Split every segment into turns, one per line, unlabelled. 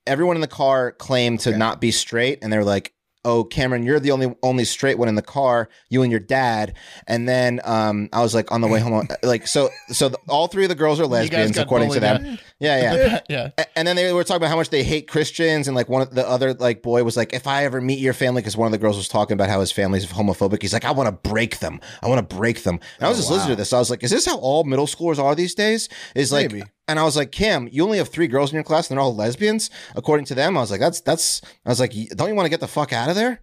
everyone in the car claimed to not be straight, and they were like, "Oh, Cameron, you're the only only straight one in the car. You and your dad." And then um, I was like, on the way home, like, so so the, all three of the girls are
guys
lesbians
got
according to
bullied,
them. Yeah, yeah.
yeah.
A- and then they were talking about how much they hate Christians, and like one of the other like boy was like, "If I ever meet your family," because one of the girls was talking about how his family's homophobic. He's like, "I want to break them. I want to break them." And
Oh,
I was just listening to this. I was like, "Is this how all middle schoolers are these days?" Is like,
Maybe.
and I was like, "Kim, you only have three girls in your class, and they're all lesbians, according to them." I was like, "That's that's." I was like, "Y- "Don't you want to get the fuck out of there?" And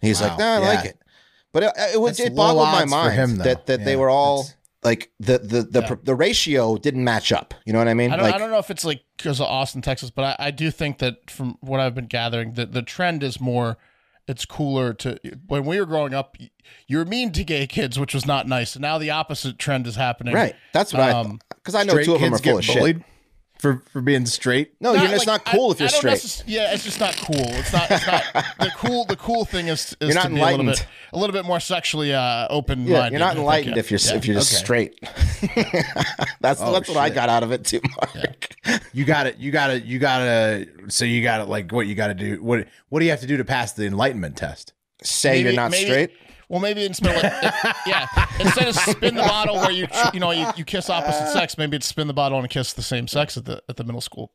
he's like, "No,
Wow.
I
Yeah.
like it." But it, it was
That's
it boggled
low
my
odds for
mind
him, though.
that that they
Yeah,
were all.
that's-
Like the the the, pr- the ratio didn't match up. You know what I mean?
I don't,
like,
I don't know if it's like because of Austin, Texas, but I, I do think that from what I've been gathering, that the trend is more. It's cooler to when we were growing up, y- you were mean to gay kids, which was not nice. And now the opposite trend is happening.
Right. That's what
Um,
I because I know two of them are full of shit.
for for being straight.
No, you're,
like,
it's not cool
I-
if you're
I don't
straight.
necess- yeah, it's just not cool. It's not. It's not the cool. The cool thing is, is
You're not
to be a little
enlightened.
bit, a little bit more sexually uh, open.
yeah, you're not enlightened if you're s if you're just
Okay.
straight. that's
Oh,
that's what I
shit.
got out of it too, Mark.
You got it. You got to You got to. So you got to like what you got to do. What What do you have to do to pass the enlightenment test?
Say you're not
maybe-
straight.
Well, maybe instead of yeah, instead of spin the bottle where you you know you, you kiss opposite sex, maybe it's spin the bottle and kiss the same sex at the at the middle school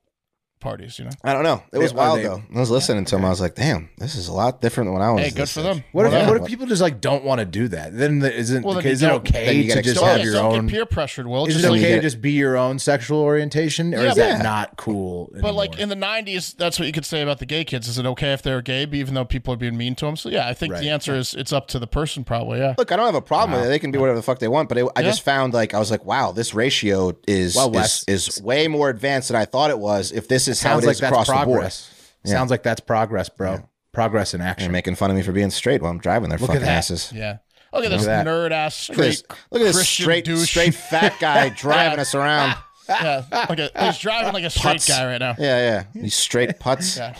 parties. You know,
I don't know. It was
are
wild
they-
though. I was listening to him. I was like, damn, this is a lot different than when I was.
hey, good
this
for
age.
them.
What if
Whatever.
What if people just like don't want to do that? Then the, isn't
Well, then you
is it
don't-
then
okay
you get
to just
expelled.
have
yeah,
your
don't
own?
get peer pressured. Will
Is
just
it
like,
okay
get
to
it.
just be your own sexual orientation, or
Yeah,
is that
but-
not cool?
But like
anymore?
in the '90s, that's what you could say about the gay kids. Is it okay if they're gay, even though people are being mean to them? So yeah, I think
Right.
the answer is it's up to the person, probably. Yeah.
Look, I don't have a problem with it. They can be whatever the fuck they want. But it, I
Yeah.
just found like I was like, wow, this ratio is
Well, Wes-
is, is way more advanced than I thought it was. If this is how it
sounds
is
like that's
across
progress.
Yeah.
Sounds like that's progress, bro. Progress in
the board,
action.
you're making fun of me for being straight while I'm driving their fucking
at that.
asses.
Yeah. Look at this
that.
nerd ass
Look at this,
straight.
look at this
Christian
straight,
douche.
straight fat guy driving us around.
Yeah. Like a, he's driving like a straight guy right now.
Yeah, yeah. These straight putts.
Yeah.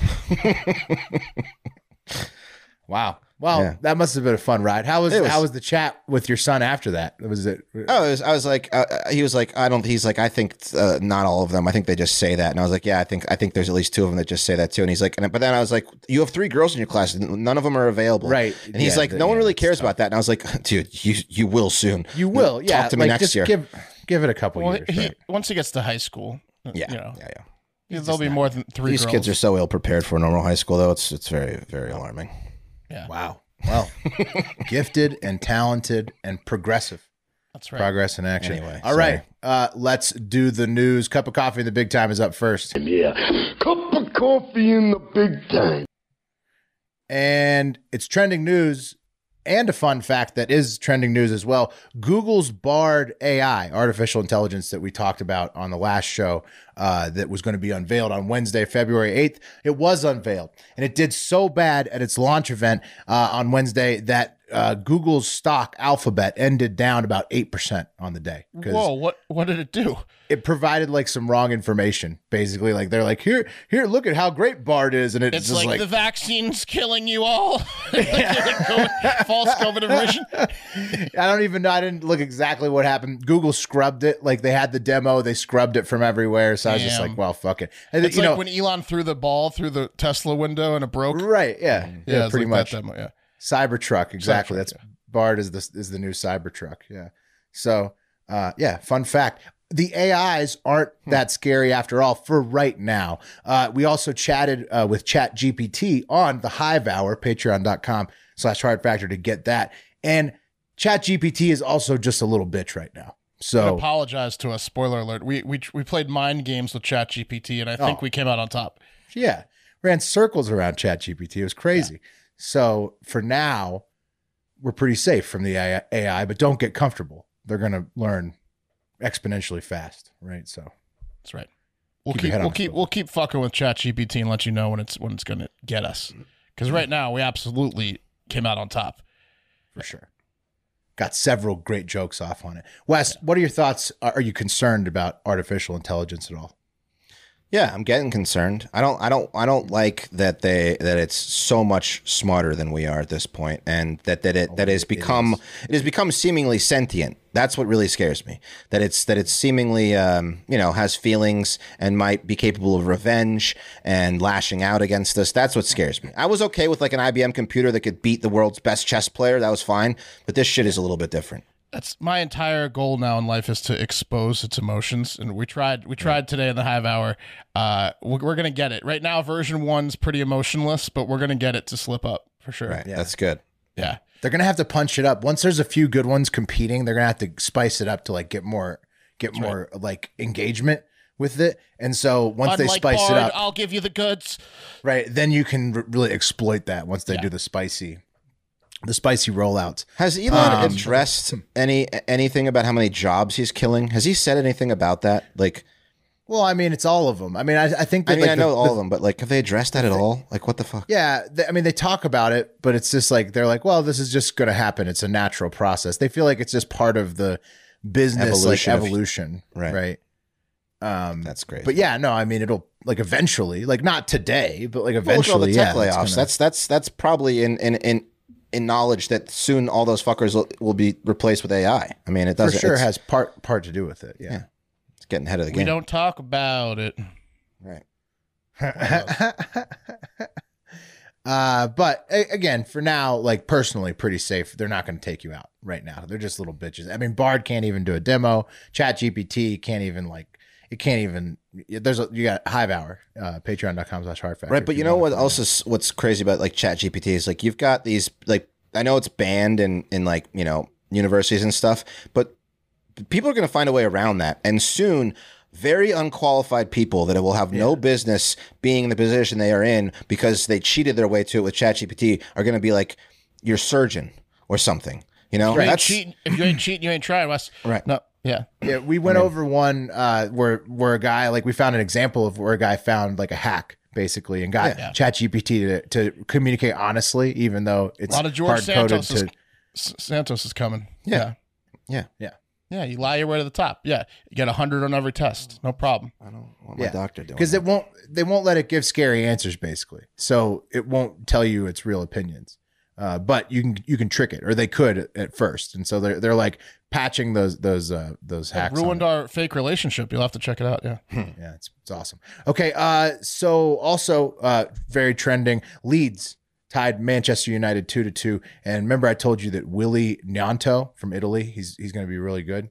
Wow. Well,
Yeah.
that must have been a fun ride. How was,
It was-
how was the chat with your son after that? Was it?
Oh, it was, I was like, uh, uh, he was like, I don't. He's like, I think uh, not all of them. I think they just say that. And I was like, yeah, I think I think there's at least two of them that just say that too. And he's like, and, but then I was like, you have three girls in your class, and none of them are available,
Right.
And he's
Yeah,
like,
the-
no one
yeah,
really
it's
cares about that. And I was like, dude, you you will soon.
You will, yeah.
Talk to me
like,
next
just
year.
Give give it a couple
Well,
years.
he,
right?
once he gets to high school, uh,
yeah,
you know,
yeah, yeah.
there'll be more than three
These
girls.
kids are so ill prepared for normal high school, though. It's it's very very alarming.
Wow. Well, gifted and talented and progressive.
That's right.
Progress in action.
Anyway,
All
sorry.
right. Uh, let's do the news. Cup of coffee in the big time is up first.
Yeah. Cup of coffee in the big time.
and it's trending news and a fun fact that is trending news as well google's bard ai artificial intelligence that we talked about on the last show uh, that was going to be unveiled on wednesday february 8th it was unveiled and it did so bad at its launch event uh, on wednesday that uh, google's stock alphabet ended down about 8% on the day 'cause
Whoa! What what did it do?
it provided like some wrong information basically like they're like here here look at how great bard is and it's,
It's
just
like,
like,
the vaccine's killing you all. COVID, false COVID information.
I don't even know. I didn't look exactly what happened. Google scrubbed it. Like they had the demo, they scrubbed it from everywhere. So I was just
Damn.
like, well, fuck it. And
It's
you
like
know,
when Elon threw the ball through the Tesla window and it broke.
right? Yeah, yeah,
Yeah, it's
pretty
like
much.
that demo, yeah.
Cybertruck, exactly.
Cybertruck,
That's Bard is the is the new Cybertruck. Yeah. So, uh, yeah, fun fact. The AIs aren't that scary after all for right now. Uh, we also chatted uh, with ChatGPT on the Hive Hour, patreon.com slash hard factor to get that. And Chat GPT is also just a little bitch right now.
And
So
apologize to us. Spoiler alert. We we we played mind games with ChatGPT, and I think
Oh.
we came out on top.
Yeah. Ran circles around ChatGPT. It was crazy. So for now, we're pretty safe from the AI, AI, but don't get comfortable. They're going to learn exponentially fast, right? So
That's right. We'll
Keep
keep,
your head on
we'll
a
keep
swivel.
we'll keep fucking with ChatGPT and let you know when it's when it's gonna get us. Because right now we absolutely came out on top.
for sure. Got several great jokes off on it. Wes, what are your thoughts? Are are you concerned about artificial intelligence at all?
Yeah, I'm getting concerned. I don't I don't I don't like that they that it's so much smarter than we are at this point and that that it that Oh, it has become it has become seemingly sentient. That's what really scares me. That it's that it's seemingly um, you know, has feelings and might be capable of revenge and lashing out against us. That's what scares me. I was okay with like an IBM computer that could beat the world's best chess player. That was fine, but this shit is a little bit different.
That's my entire goal now in life is to expose its emotions, and we tried we tried today in the Hive Hour. Uh, we're, we're gonna get it right now. Version one's pretty emotionless, but we're gonna get it to slip up for sure.
Right. That's good.
Yeah.
They're going to have to punch it up. Once there's a few good ones competing, they're going to have to spice it up to like get more get more like engagement with it. And so once they
Unlike
spice it
Bard, uh,
up,
I'll give you the goods.
Right. Then you can r- really exploit that once they
Yeah.
do the spicy, the spicy rollouts.
Has Elon addressed any anything about how many jobs he's killing? Has he said anything about that? Like,
Well, I mean, it's all of them. I mean, I, I think that
I mean,
like,
I
the-
know
the-
all of them, but like, have they addressed that at all? Like, what the fuck?
Yeah, they, I mean, they talk about it, but it's just like they're like, well, this is just going to happen. It's a natural process. They feel like it's just part of the business
Evolution
like
of-
evolution,
Right.
right? Um,
That's great.
but yeah, no, I mean, it'll like eventually, like not today, but like
Well, look at all
eventually,
the tech
yeah, it's
layoffs.
gonna-
That's that's that's probably in in in in knowledge that soon all those fuckers will, will be replaced with AI. I mean, it
for
doesn't.
sure
it's,
has part part to do with it. Yeah.
it's getting ahead of the
We
game.
don't talk about it.
Right.
uh, but a- again, for now, like personally, pretty safe. They're not going to take you out right now. They're just little bitches. I mean, Bard can't even do a demo. Chat GPT can't even like it. Can't even. There's a you got Hive Hour. Uh, Patreon.com/slash Hard Factor.
Right,
if
but you know
wanna
what
find
else is what's crazy about like Chat GPT is like you've got these like I know it's banned in in like you know universities and stuff, but people are going to find a way around that, and soon. Very unqualified people that will have no business being in the position they are in because they cheated their way to it with ChatGPT are going to be like your surgeon or something. You know,
You ain't
that's
cheating. If you ain't cheating, you ain't trying, Wes.
Right.
No. Yeah.
Yeah, we went over one uh, where where a guy like we found an example of where a guy found like a hack basically and got
Yeah.
ChatGPT to, to communicate honestly, even though
A
it's
lot of George
hard-coded
Santos is,
to-
S- Santos is coming.
Yeah.
Yeah.
Yeah.
Yeah. You lie your way to the top. Yeah. You get 100 on every test. No problem.
I don't want my
Yeah.
doctor doing
because
that.
it won't they won't let it give scary answers basically so it won't tell you its real opinions uh, but you can you can trick it or they could at- at first and so they're, they're like patching those those uh, those
It
hacks on
ruined
it.
our fake relationship. You'll have to check it out. Yeah.
yeah it's, it's awesome okay uh so also uh very trending leeds tied manchester united two to two and remember i told you that willie nanto from italy he's he's going to be really good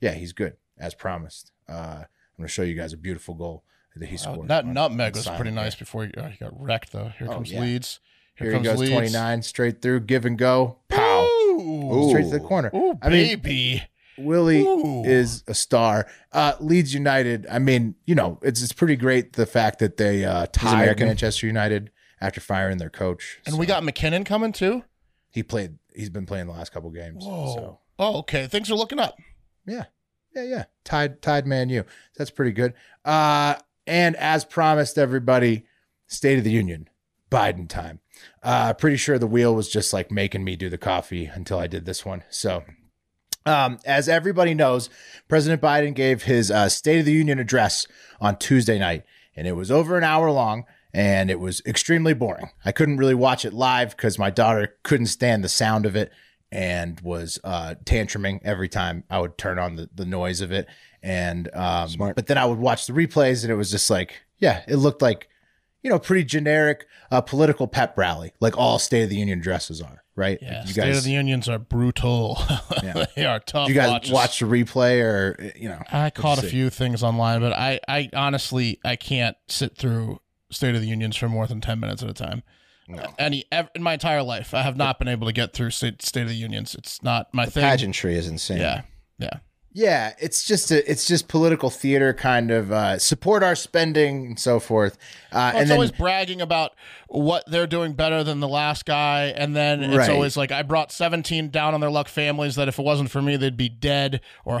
yeah he's good as promised uh i'm going to show you guys a beautiful goal that he
Oh,
scored
that
on-
nutmeg
on
was
Silent
pretty
there.
nice before he, oh, he got wrecked, though. Here
Oh,
comes
yeah.
Leeds.
Here, he
comes
goes,
Leeds.
29, straight through, give and go, pow,
Ooh.
straight to the corner.
Ooh,
I mean,
baby.
Willie
Ooh.
is a star. Uh, Leeds United, I mean, you know, it's it's pretty great the fact that they uh, tied
American.
Manchester United after firing their coach.
and we got McKinnon coming, too.
he played. He's been playing the last couple games.
Whoa.
So
Oh, okay. Things are looking up.
yeah, yeah, yeah. Tied, tied, man, you. That's pretty good. Uh, and as promised, everybody, State of the Union, Biden time. Uh, pretty sure the wheel was just like making me do the coffee until I did this one. So, um, as everybody knows, President Biden gave his uh, State of the Union address on Tuesday night, and it was over an hour long. And it was extremely boring. I couldn't really watch it live because my daughter couldn't stand the sound of it and was uh, tantruming every time I would turn on the, the noise of it. And um,
Smart.
but then I would watch the replays, and it was just like, yeah, it looked like you know, pretty generic uh, political pep rally, like all State of the Union dresses are, right?
Yeah.
you
State
guys,
of the Unions are brutal. they are tough.
you guys
watches.
watch the replay, or you know,
I caught a
see.
few things online, but I, I honestly I can't sit through State of the Unions for more than ten minutes at a time. Any ev- in my entire life, I have not been able to get through state, state of the unions. It's not my thing.
Pageantry is insane.
Yeah, yeah.
Yeah, it's just a, it's just political theater kind of uh, support our spending and so forth. Uh,
Well,
and
it's
then
always bragging about what they're doing better than the last guy, and then it's
Right.
always like I brought seventeen down on their luck families that if it wasn't for me, they'd be dead or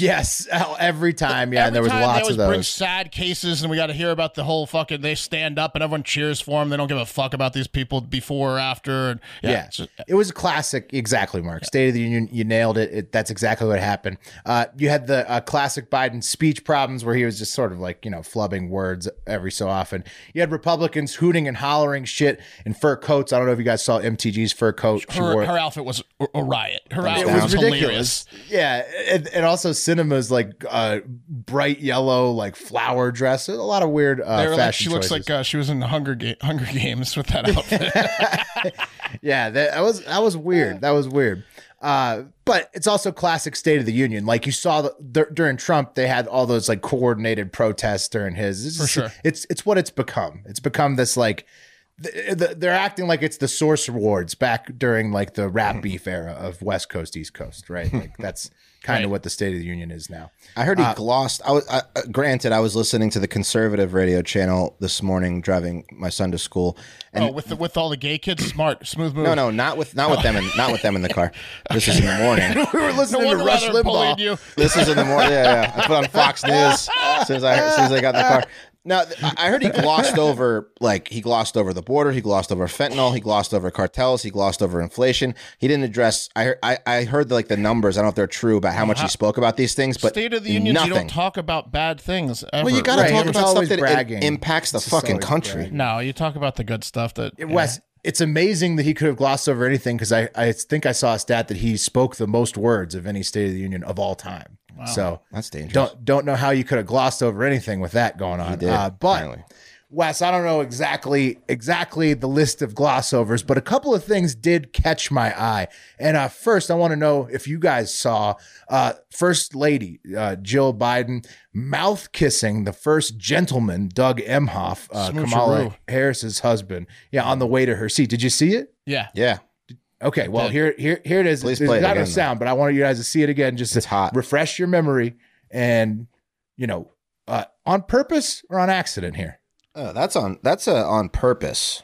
yes, oh, every time, yeah,
Every
and there was
time they
lots
always
of
Bring
those.
sad cases, and we got to hear about the whole fucking. They stand up and everyone cheers for them. They don't give a fuck about these people before or after. And yeah,
yeah,
it's-
it was a classic. Exactly, Mark. State of the Union, you nailed it. it that's exactly what happened. Uh, you had the uh, classic Biden speech problems where he was just sort of like, you know, flubbing words every so often. You had Republicans hooting and hollering shit in fur coats. I don't know if you guys saw MTG's fur coat. She
her,
wore-
her outfit was a- a riot. Her outfit
it was,
was hilarious.
ridiculous. Uh, Yeah, and, and also cinemas like uh, bright yellow, like flower dress. There's A lot of weird uh,
They were
fashion
like, she looks
choices.
like uh, she was in the Hunger, Ga- Hunger Games with that outfit.
yeah, that, that was that was weird. That was weird. Uh, but it's also classic State of the Union. Like you saw the, dur- during Trump, they had all those like coordinated protests during his. It's, just-
sure.
it's it's what it's become. It's become this like. th- th- They're acting like it's the Source Awards back during like the
Mm-hmm.
rap beef era of West Coast East Coast, right? Like that's kind of
Right.
what the State of the Union is now.
I heard he glossed. I was I, uh, granted I was listening to the conservative radio channel this morning driving my son to school, and
oh, with the, with all the gay kids, smart, smooth move.
no, no, not with not with them and not with them in the car. This is in the morning.
we were
No
listening
wonder
to
why
Rush
they're
Limbaugh.
bullying you.
This is in the morning. Yeah, yeah. I put on Fox News as soon as I as soon as I got in the car. Now th- I I heard he glossed over like he glossed over the border, he glossed over fentanyl, he glossed over cartels, he glossed over inflation. He didn't address. I heard I, I heard like the numbers. I don't know if they're true about how much he spoke about these things, but
Uh-huh. State of the Union,
nothing.
you don't talk about bad things. Ever.
well, you got to
Right,
talk
it's
about
always
stuff that
bragging.
it impacts the
It's just
fucking
always
country.
bragging.
No, you talk about the good stuff that
It Wes, it's amazing that he could have glossed over anything because I, I think I saw a stat that he spoke the most words of any State of the Union of all time. So
That's dangerous.
don't don't know how you could have glossed over anything with that going on.
did,
uh, but
apparently.
Wes, I don't know exactly exactly the list of gloss overs, but a couple of things did catch my eye. And uh, first, I want to know if you guys saw uh, First Lady uh, Jill Biden mouth kissing the first gentleman Doug Emhoff, uh,
Smoocheroo.
Kamala Harris's husband. Yeah, on the way to her seat. Did you see it?
yeah.
Yeah.
Okay, well
did.
here here here it is.
Please
It's
play it
not
again,
a
though.
sound, but I want you guys to see it again just
It's
to
hot.
refresh your memory and you know uh, on purpose or on accident here.
Oh, that's on that's uh, on purpose.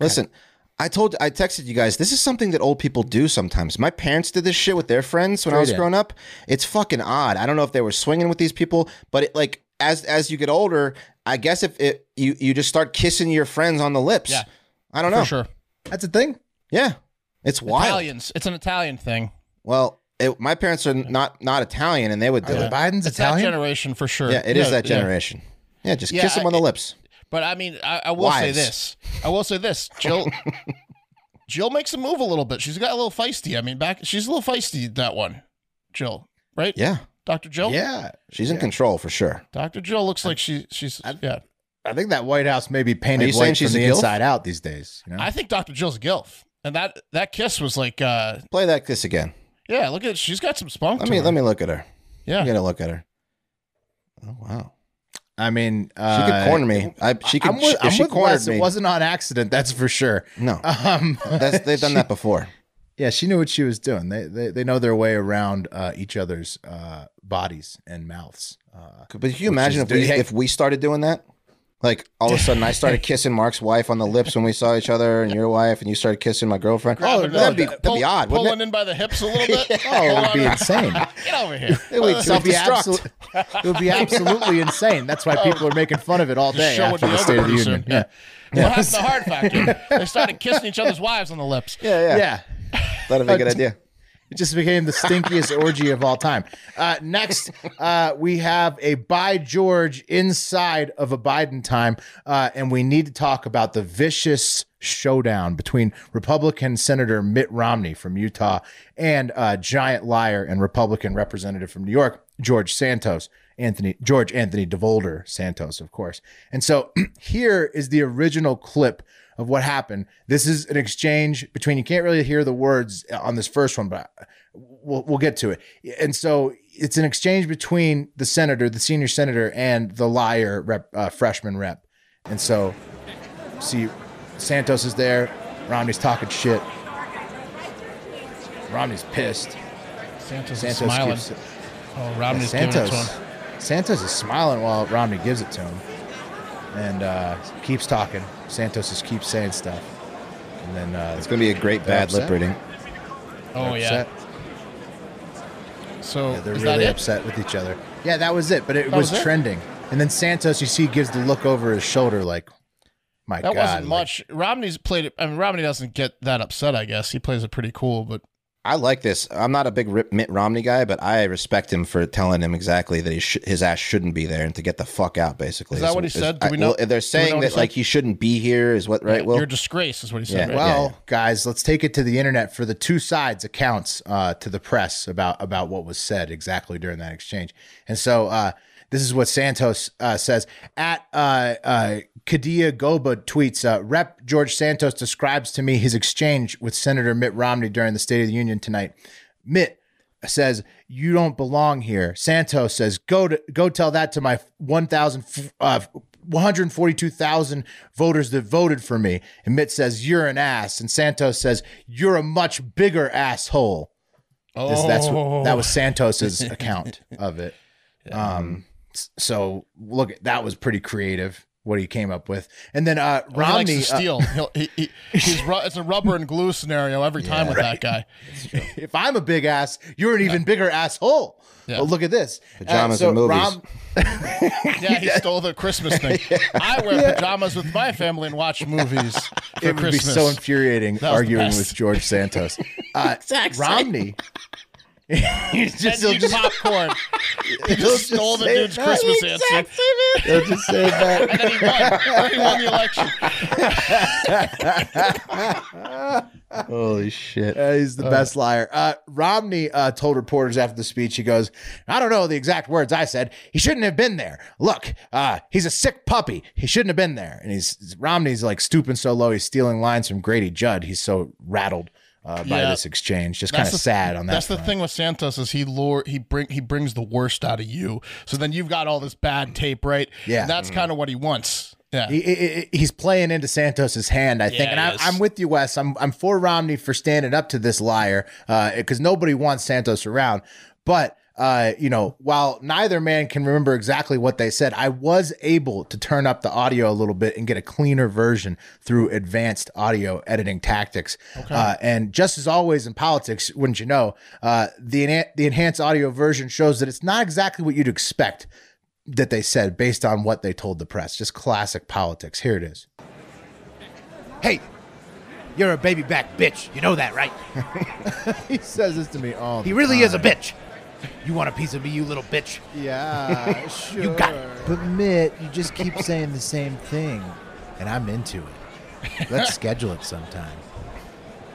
Listen, I told I texted you guys this is something that old people do sometimes. My parents did this shit with their friends when I was
Straight in.
growing up. It's fucking odd. I don't know if they were swinging with these people, but it like as as you get older, I guess if it you you just start kissing your friends on the lips.
Yeah.
I don't know.
for sure.
That's a thing.
Yeah. It's wild.
Italians, it's an Italian thing.
Well, it, my parents are not not Italian and they would do
Are the
it.
Biden's
It's that
Italian.
generation for sure.
Yeah, it is
No,
that
yeah.
generation. Yeah, just
Yeah,
kiss them
I-
on the lips.
But I mean, I, I will say
Wives.
this. I will say this. Jill Jill makes a move a little bit. She's got a little feisty. I mean, back she's a little feisty that one. Jill, right?
Yeah.
Dr. Jill?
yeah,
She's in control for sure.
Dr. Jill looks like she she's yeah.
I think that White House may be
Are
painted
you
white
saying
from
she's a
the
gilf?
inside out these days. You know?
I think Dr. Jill's a gilf. And that that kiss was like uh
Play that kiss again.
yeah, look at she's got some spunk.
Let
to
me
her.
let me look at her.
yeah.
I gotta look at her. Oh wow,
I mean,
she
uh,
could corner me. I, she could.
I'm with,
if
I'm
she
with
cornered
Wes.
me.
It wasn't on accident, that's for sure.
no,
Um,
that's, they've done
she-
that before.
Yeah, she knew what she was doing. They they, they know their way around uh, each other's uh, bodies and mouths. Uh,
But can you imagine
is
if we
dirty.
if we started doing that? Like all of a sudden, I started kissing Mark's wife on the lips when we saw each other, and your wife, and you started kissing my girlfriend.
Grabbing
Oh,
her,
that'd be
pull-
that'd be odd,
Pulling
wouldn't it?
in by the hips a little bit.
oh, it would be
Hold on.
insane.
Get over here.
It
It
would
would be
self-destruct.
absolutely, it would be absolutely insane. That's why people are making fun of it all day
show would
after
be
the
over
State of the
pretty soon.
Union. Yeah.
What happened to Hard Factor? They started kissing each other's wives on the lips.
Yeah, yeah,
yeah.
That'd be a good idea.
It just became the stinkiest orgy of all time. Uh, next, uh, we have a by George inside of a Biden time, uh, and we need to talk about the vicious showdown between Republican Senator Mitt Romney from Utah and uh, giant liar and Republican representative from New York, George Santos. Anthony George Anthony DeVolder Santos, of course. And so here is the original clip of what happened. This is an exchange between you can't really hear the words on this first one, but we'll we'll get to it. And so it's an exchange between the senator, the senior senator, and the liar rep, uh, freshman rep. And so see Santos is there. Romney's talking shit. Romney's pissed.
Santos, is
Santos
smiling.
keeps-
Oh, Romney's giving it to
Santos.
him.
Santos is smiling while Romney gives it to him, and uh, keeps talking. Santos just keeps saying stuff, and then uh,
It's going to be a great
They're
bad lip
upset.
reading.
Oh yeah.
upset.
So
Yeah, they're
is
really
that it?
upset with each other. Yeah, that was it. But it
That
was,
was it?
trending. And then Santos, you see, gives the look over his shoulder, like, "My
That
God,
wasn't
like,
much. Romney's played it. I mean, Romney doesn't get that upset. I guess he plays it pretty cool, but
I like this. I'm not a big Rip Mitt Romney guy, but I respect him for telling him exactly that he sh- his ass shouldn't be there and to get the fuck out. Basically,
Is that what he said? Do
I-
we know-
well,
do we know
they're saying
what he
that like
said?
he shouldn't be here. Is what right? Will
you're a disgrace, is what he said. right?
Yeah.
Well, guys, let's take it to the internet for the two sides' accounts uh, to the press about about what was said exactly during that exchange. And so uh, this is what Santos uh, says at uh, uh, Kadia Goba tweets: uh, Rep. George Santos describes to me his exchange with Senator Mitt Romney during the State of the Union tonight. Mitt says you don't belong here. Santos says go to go tell that to my 1000 f- uh, 142,000 voters that voted for me. And Mitt says you're an ass and Santos says you're a much bigger asshole.
Oh, Mm-hmm.
This, that's what, that was Santos's account of it. Um s- so look that was pretty creative what he came up with. And then uh
Romney
Romney uh,
steel. He'll, he, he, he's ru- it's a rubber and glue scenario every time with that guy.
if I'm a big ass, you're an even bigger asshole.
Yeah.
Oh, look at this. Uh,
Pajamas and movies.
Yeah, he stole the Christmas thing. I wear pajamas with my family and watch movies for
it would be
Christmas.
so infuriating
was the
arguing
best.
with George Santos. Uh, Romney. he's
and
just, he'll
eat
just,
popcorn. he
he'll
just stole the
say
dude's
that.
Christmas answer.
he'll just say that.
And then he won. he won the election.
Holy shit!
Uh, he's the best liar. Uh, Romney uh, told reporters after the speech, he goes, I don't know the exact words I said. He shouldn't have been there. Look, uh, he's a sick puppy. He shouldn't have been there. And he's Romney's like stooping so low, he's stealing lines from Grady Judd. He's so rattled uh, by
Yeah.
this exchange. Just kind of
the-
sad on that.
That's the
front.
thing with Santos is he lure he bring he brings the worst out of you. So then you've got all this bad tape, right?
Yeah. Mm.
And that's kind of what he wants. Yeah.
He, he- he- he's playing into Santos's hand, I think.
Yeah,
And
he
I,
is.
I'm with you, Wes. I'm I'm for Romney for standing up to this liar because nobody wants Santos around. But uh, you know, while neither man can remember exactly what they said, I was able to turn up the audio a little bit and get a cleaner version through advanced audio editing tactics. Uh, and just as always in politics, wouldn't you know, uh, the enhan- the enhanced audio version shows that it's not exactly what you'd expect that they said based on what they told the press. Just classic politics. Here it is. Hey, you're a baby back bitch. You know that, right? he says this to me all
He really is a bitch. You want a piece of me, you little bitch?
Yeah, sure.
You got it.
But Mitt, you just keep saying the same thing, and I'm into it. Let's schedule it sometime.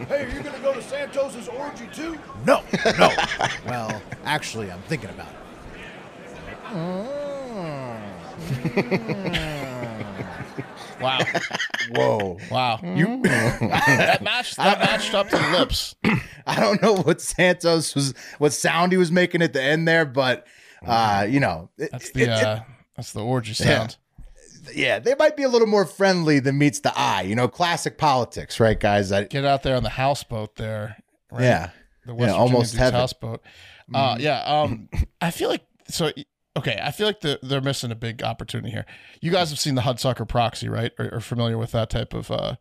Hey, are you gonna go to Santos's orgy too?
No, no. well, actually, I'm thinking about it. Oh.
Wow.
Whoa.
Wow. You that matched that matched up to the lips.
I don't know what Santos was, what sound he was making at the end there, but uh, you know, it-
That's
it-
the uh that's the orgy sound.
yeah, they might be a little more friendly than meets the eye. You know, classic politics, right, guys? I,
Get out there on the houseboat there. Right?
yeah,
The West
Yeah,
Virginia
almost Mm-hmm.
dude's
have it.
houseboat. Uh yeah. Um I feel like so okay, I feel like the, they're missing a big opportunity here. You guys have seen the Hudsucker proxy, right? Or are familiar with that type of uh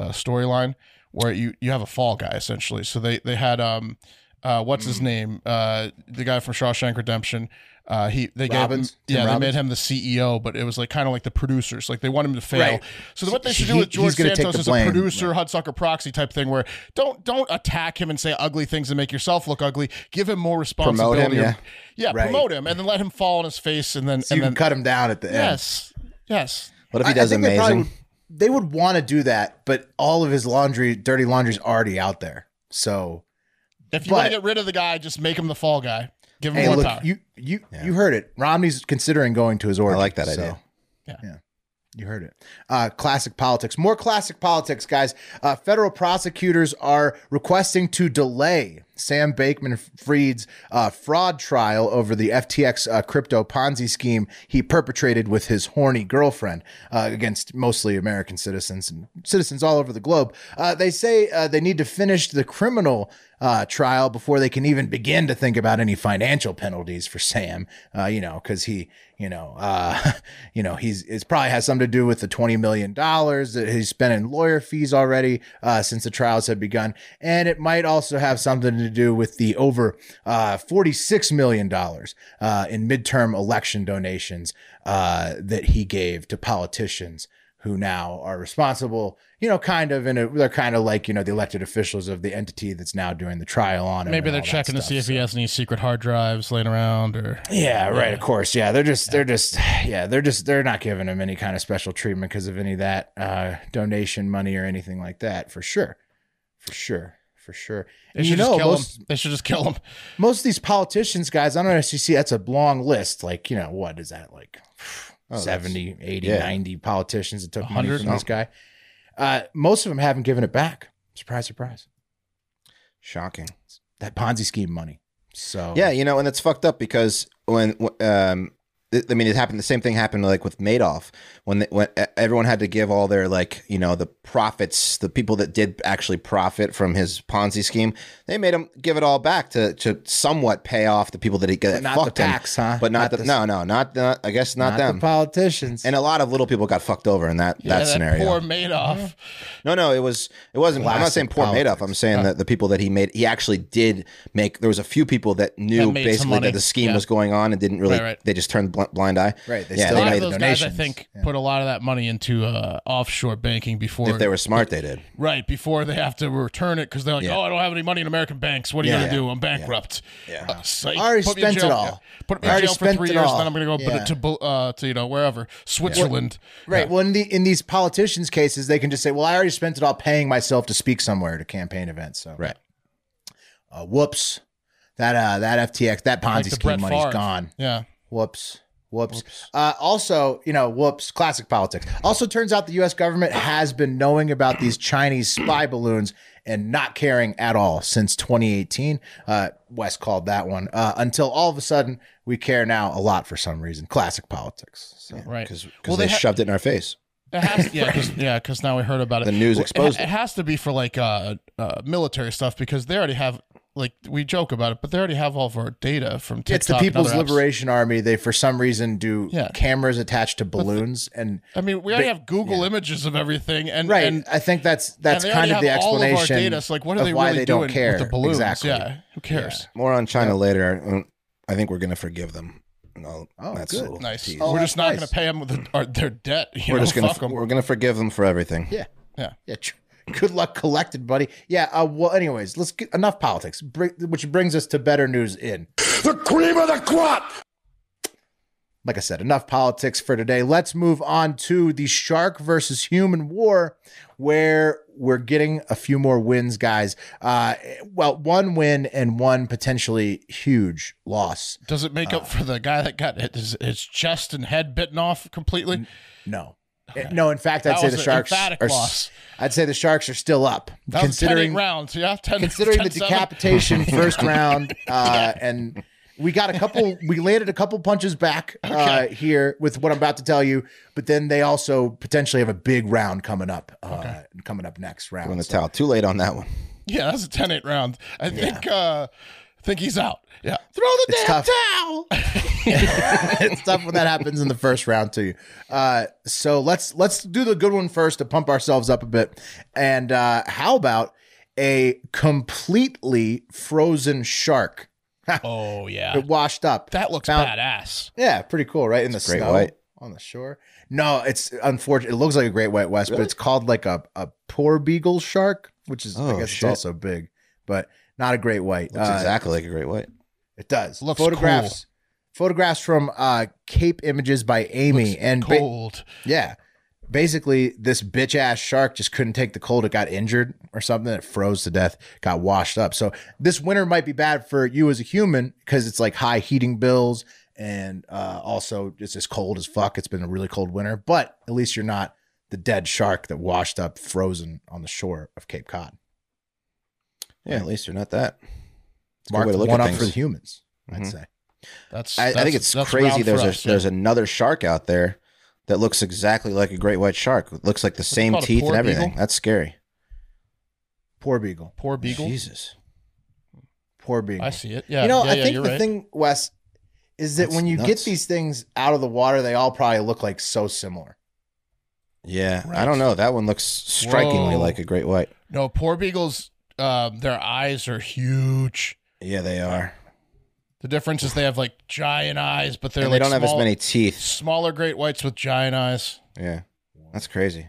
uh, storyline where you you have a fall guy essentially. So they they had um uh what's
Mm.
his name uh the guy from Shawshank Redemption. Uh, he they
Robbins?
gave him, yeah
Tim
they
Robbins?
made him the CEO, but it was like kind of like the producers, like they want him to fail.
Right.
So what they should do
He-
with
he's
George
gonna take
Santos
the
is a
blame.
producer Hudsucker proxy type thing, where don't don't attack him and say ugly things and make yourself look ugly. Give him more responsibility. or-
yeah.
yeah,
Right.
promote him and then let him fall on his face and then
so
and
you
then
can cut him down at the end.
yes yes
What if he
I- I
does
think they probably
amazing?
would- They would want to do that, but all of his laundry, dirty laundry's already out there. So
if you want
But-
to get rid of the guy, just make him the fall guy. Give him
hey,
more
look,
power.
you you you heard it. Romney's considering going to his order.
like that idea.
Yeah.
yeah. You heard it. Uh, classic politics. More classic politics, guys. Uh, federal prosecutors are requesting to delay Sam Bakeman Fried's uh, fraud trial over the FTX uh, crypto Ponzi scheme he perpetrated with his horny girlfriend uh, against mostly American citizens and citizens all over the globe. Uh, they say uh, they need to finish the criminal uh, trial before they can even begin to think about any financial penalties for Sam. Uh, you know, because he, you know, uh, you know, he's it probably has something to do with the twenty million dollars that he's spent in lawyer fees already uh, since the trials have begun, and it might also have something to do with the over uh, forty six million dollars uh, in midterm election donations uh, that he gave to politicians who now are responsible, you know, kind of in a they're kind of like, you know, the elected officials of the entity that's now doing the trial on him.
Maybe
and
they're
all that
checking to
stuff,
see if
so-
he has any secret hard drives laying around or.
Yeah, right, of course. Yeah, they're just they're just yeah, they're just they're not giving him any kind of special treatment because of any of that uh donation money or anything like that, for sure. For sure. For sure.
They
And
should
you know,
just kill
most,
him. They should just kill him.
most of these politicians guys on our SEC, that's a long list. Like, you know, what is that like
Oh, that's-
70, 80,
yeah.
90 politicians that took money
100?
from this guy. Uh, most of them haven't given it back. Surprise, surprise.
Shocking.
That Ponzi scheme money. So
Yeah, you know, and it's fucked up because when wh- um, it- I mean, it happened. The same thing happened like with Madoff when they, when e- everyone had to give all their like you know the profits, the people that did actually profit from his Ponzi scheme, they made him give it all back to to somewhat pay off the people that he got
But not
fucked
the
him.
PACs, huh?
But not,
Not
the,
the-
no, no, not, not I guess not,
not
them.
the politicians.
and uh, a lot of little people got fucked over in that
Yeah,
that scenario.
Poor Madoff.
No, no, it was it wasn't. I'm not
Classic
saying poor
politics.
Madoff. I'm saying that the people that he made, he actually did make. There was a few people that knew
That made some
basically
money.
that the scheme
Yeah.
was going on and didn't really.
Right, right.
They just turned bl- blind eye.
Right, they
They yeah.
still
a lot
They made,
of
made
those
the
guys, I
donations.
think, put a lot of that money into uh, offshore banking before.
if they were smart, they did.
Right before they have to return it because they're like,
Yeah.
"Oh, I don't have any money in American banks. What are you
Yeah.
gonna do? I'm bankrupt." Yeah, uh, psych.
I already
Put me in
spent it
jail-
all.
yeah. Put
I
me in
already
jail for
spent
three
it
years,
all.
then I'm gonna go
Yeah.
to Bul- uh, to you know wherever Switzerland.
Right. Well, in the in these politicians' cases, they can just say, "Well, I already spent it all paying myself to speak somewhere at a campaign event." So,
Right.
Uh, whoops. That uh, that FTX that Ponzi
Like the
scheme
Brett
money's
Favre.
gone.
Yeah,
Whoops. Whoops. Uh, also, you know, whoops, classic politics. Also, turns out the U.S. government has been knowing about these Chinese spy balloons and not caring at all since 2018. Uh, West called that one uh, until all of a sudden we care now a lot for some reason. Classic politics. So.
right.
Because
Well,
they,
they ha-
shoved it in our face.
It has, yeah, cause, yeah, 'cause now we heard about it.
The news
Well,
exposed
It, it has to be for like uh, uh, military stuff because they already have like we joke about it, but they already have all of our data from TikTok.
it's the
and
People's
other apps.
Liberation Army. They, for some reason, do
Yeah.
cameras attached to balloons, and
I mean, we already have Google images of everything, and
right.
and,
I think that's that's
and they
kind of
already
the
have all
explanation
Of our data. So like, what are
of
they
why
really
they
doing
don't care
with the balloons?
Exactly.
Yeah, who cares?
More on China later. Mm, I think we're gonna forgive them. No,
Oh,
that's
good.
a little
Nice.
tease.
Oh,
we're just not
that's
going to pay them with the, our, their debt. You
We're
know,
just gonna
fuck 'em.
we're gonna forgive them for everything.
Yeah.
Yeah.
Yeah. tr- Good luck collected, buddy. Yeah. Uh, well, anyways, let's get enough politics, br- which brings us to better news in.
The cream of the crop!
Like I said, enough politics for today. Let's move on to the shark versus human war, where we're getting a few more wins, guys. Uh, well, one win and one potentially huge loss.
Does it
uh,
make up for the guy that got hit- his, his chest and head bitten off completely?
No. No, in fact, I'd
That
say
was
the
an
sharks are.
emphatic loss.
I'd say the sharks are still up,
That
considering
was 10 rounds. Yeah, 10,
considering
10,
the
seven.
decapitation first round uh, and we got a couple we landed a couple punches back uh, here with what i'm about to tell you but then they also potentially have a big round coming up uh, coming up next round
On the
So-
towel. Too late on that one.
Yeah, that's a 10 8 round. I think uh I think he's out. Yeah. Throw the
It's
damn
tough. it's tough when that happens in the first round too. Uh, so let's let's do the good one first to pump ourselves up a bit. And uh, how about a completely frozen shark?
Oh yeah.
It washed up.
That looks
Found-
badass.
Yeah, pretty cool, right? In the
great
snow
white.
on the shore. No, it's unfortunate. It looks like a great white west, but it's called like a, a poor beagle shark, which is I
Oh,
guess
shit.
it's also big, but not a great white.
Looks
Uh,
exactly like a great white.
It does.
Looks
photographs. Photographs from uh, Cape Images by Amy
Looks
and ba-
cold.
yeah, basically this bitch ass shark just couldn't take the cold. It got injured or something. It froze to death. Got washed up. So this winter might be bad for you as a human because it's like high heating bills and uh, also it's as cold as fuck. It's been a really cold winter, but at least you're not the dead shark that washed up frozen on the shore of Cape Cod.
Yeah, at least you're not that. It's a good
Mark
way to look
one
at
up
things. Mm-hmm.
for the humans. I'd say.
That's,
I, I
that's-
think it's
that's
crazy.
round
There's
for
a
us, yeah.
there's another shark out there that looks exactly like a great white shark. It looks like the
it
same
called, a
teeth and
poor
everything.
beagle?
That's scary.
Poor beagle.
poor beagle.
Jesus.
Poor beagle.
I see it. Yeah,
you know,
yeah,
I
yeah,
think
you're
the
right.
thing, Wes, is that
That's
when you get
nuts.
these things out of the water, they all probably look like so similar.
Yeah, I don't know. That one looks strikingly
Whoa.
like a great white.
No, poor beagles. Um, their eyes are huge.
Yeah, they are.
The difference is they have like giant eyes, but they're
And
like
they don't have as
small-
many teeth.
smaller great whites with giant eyes.
Yeah, that's crazy.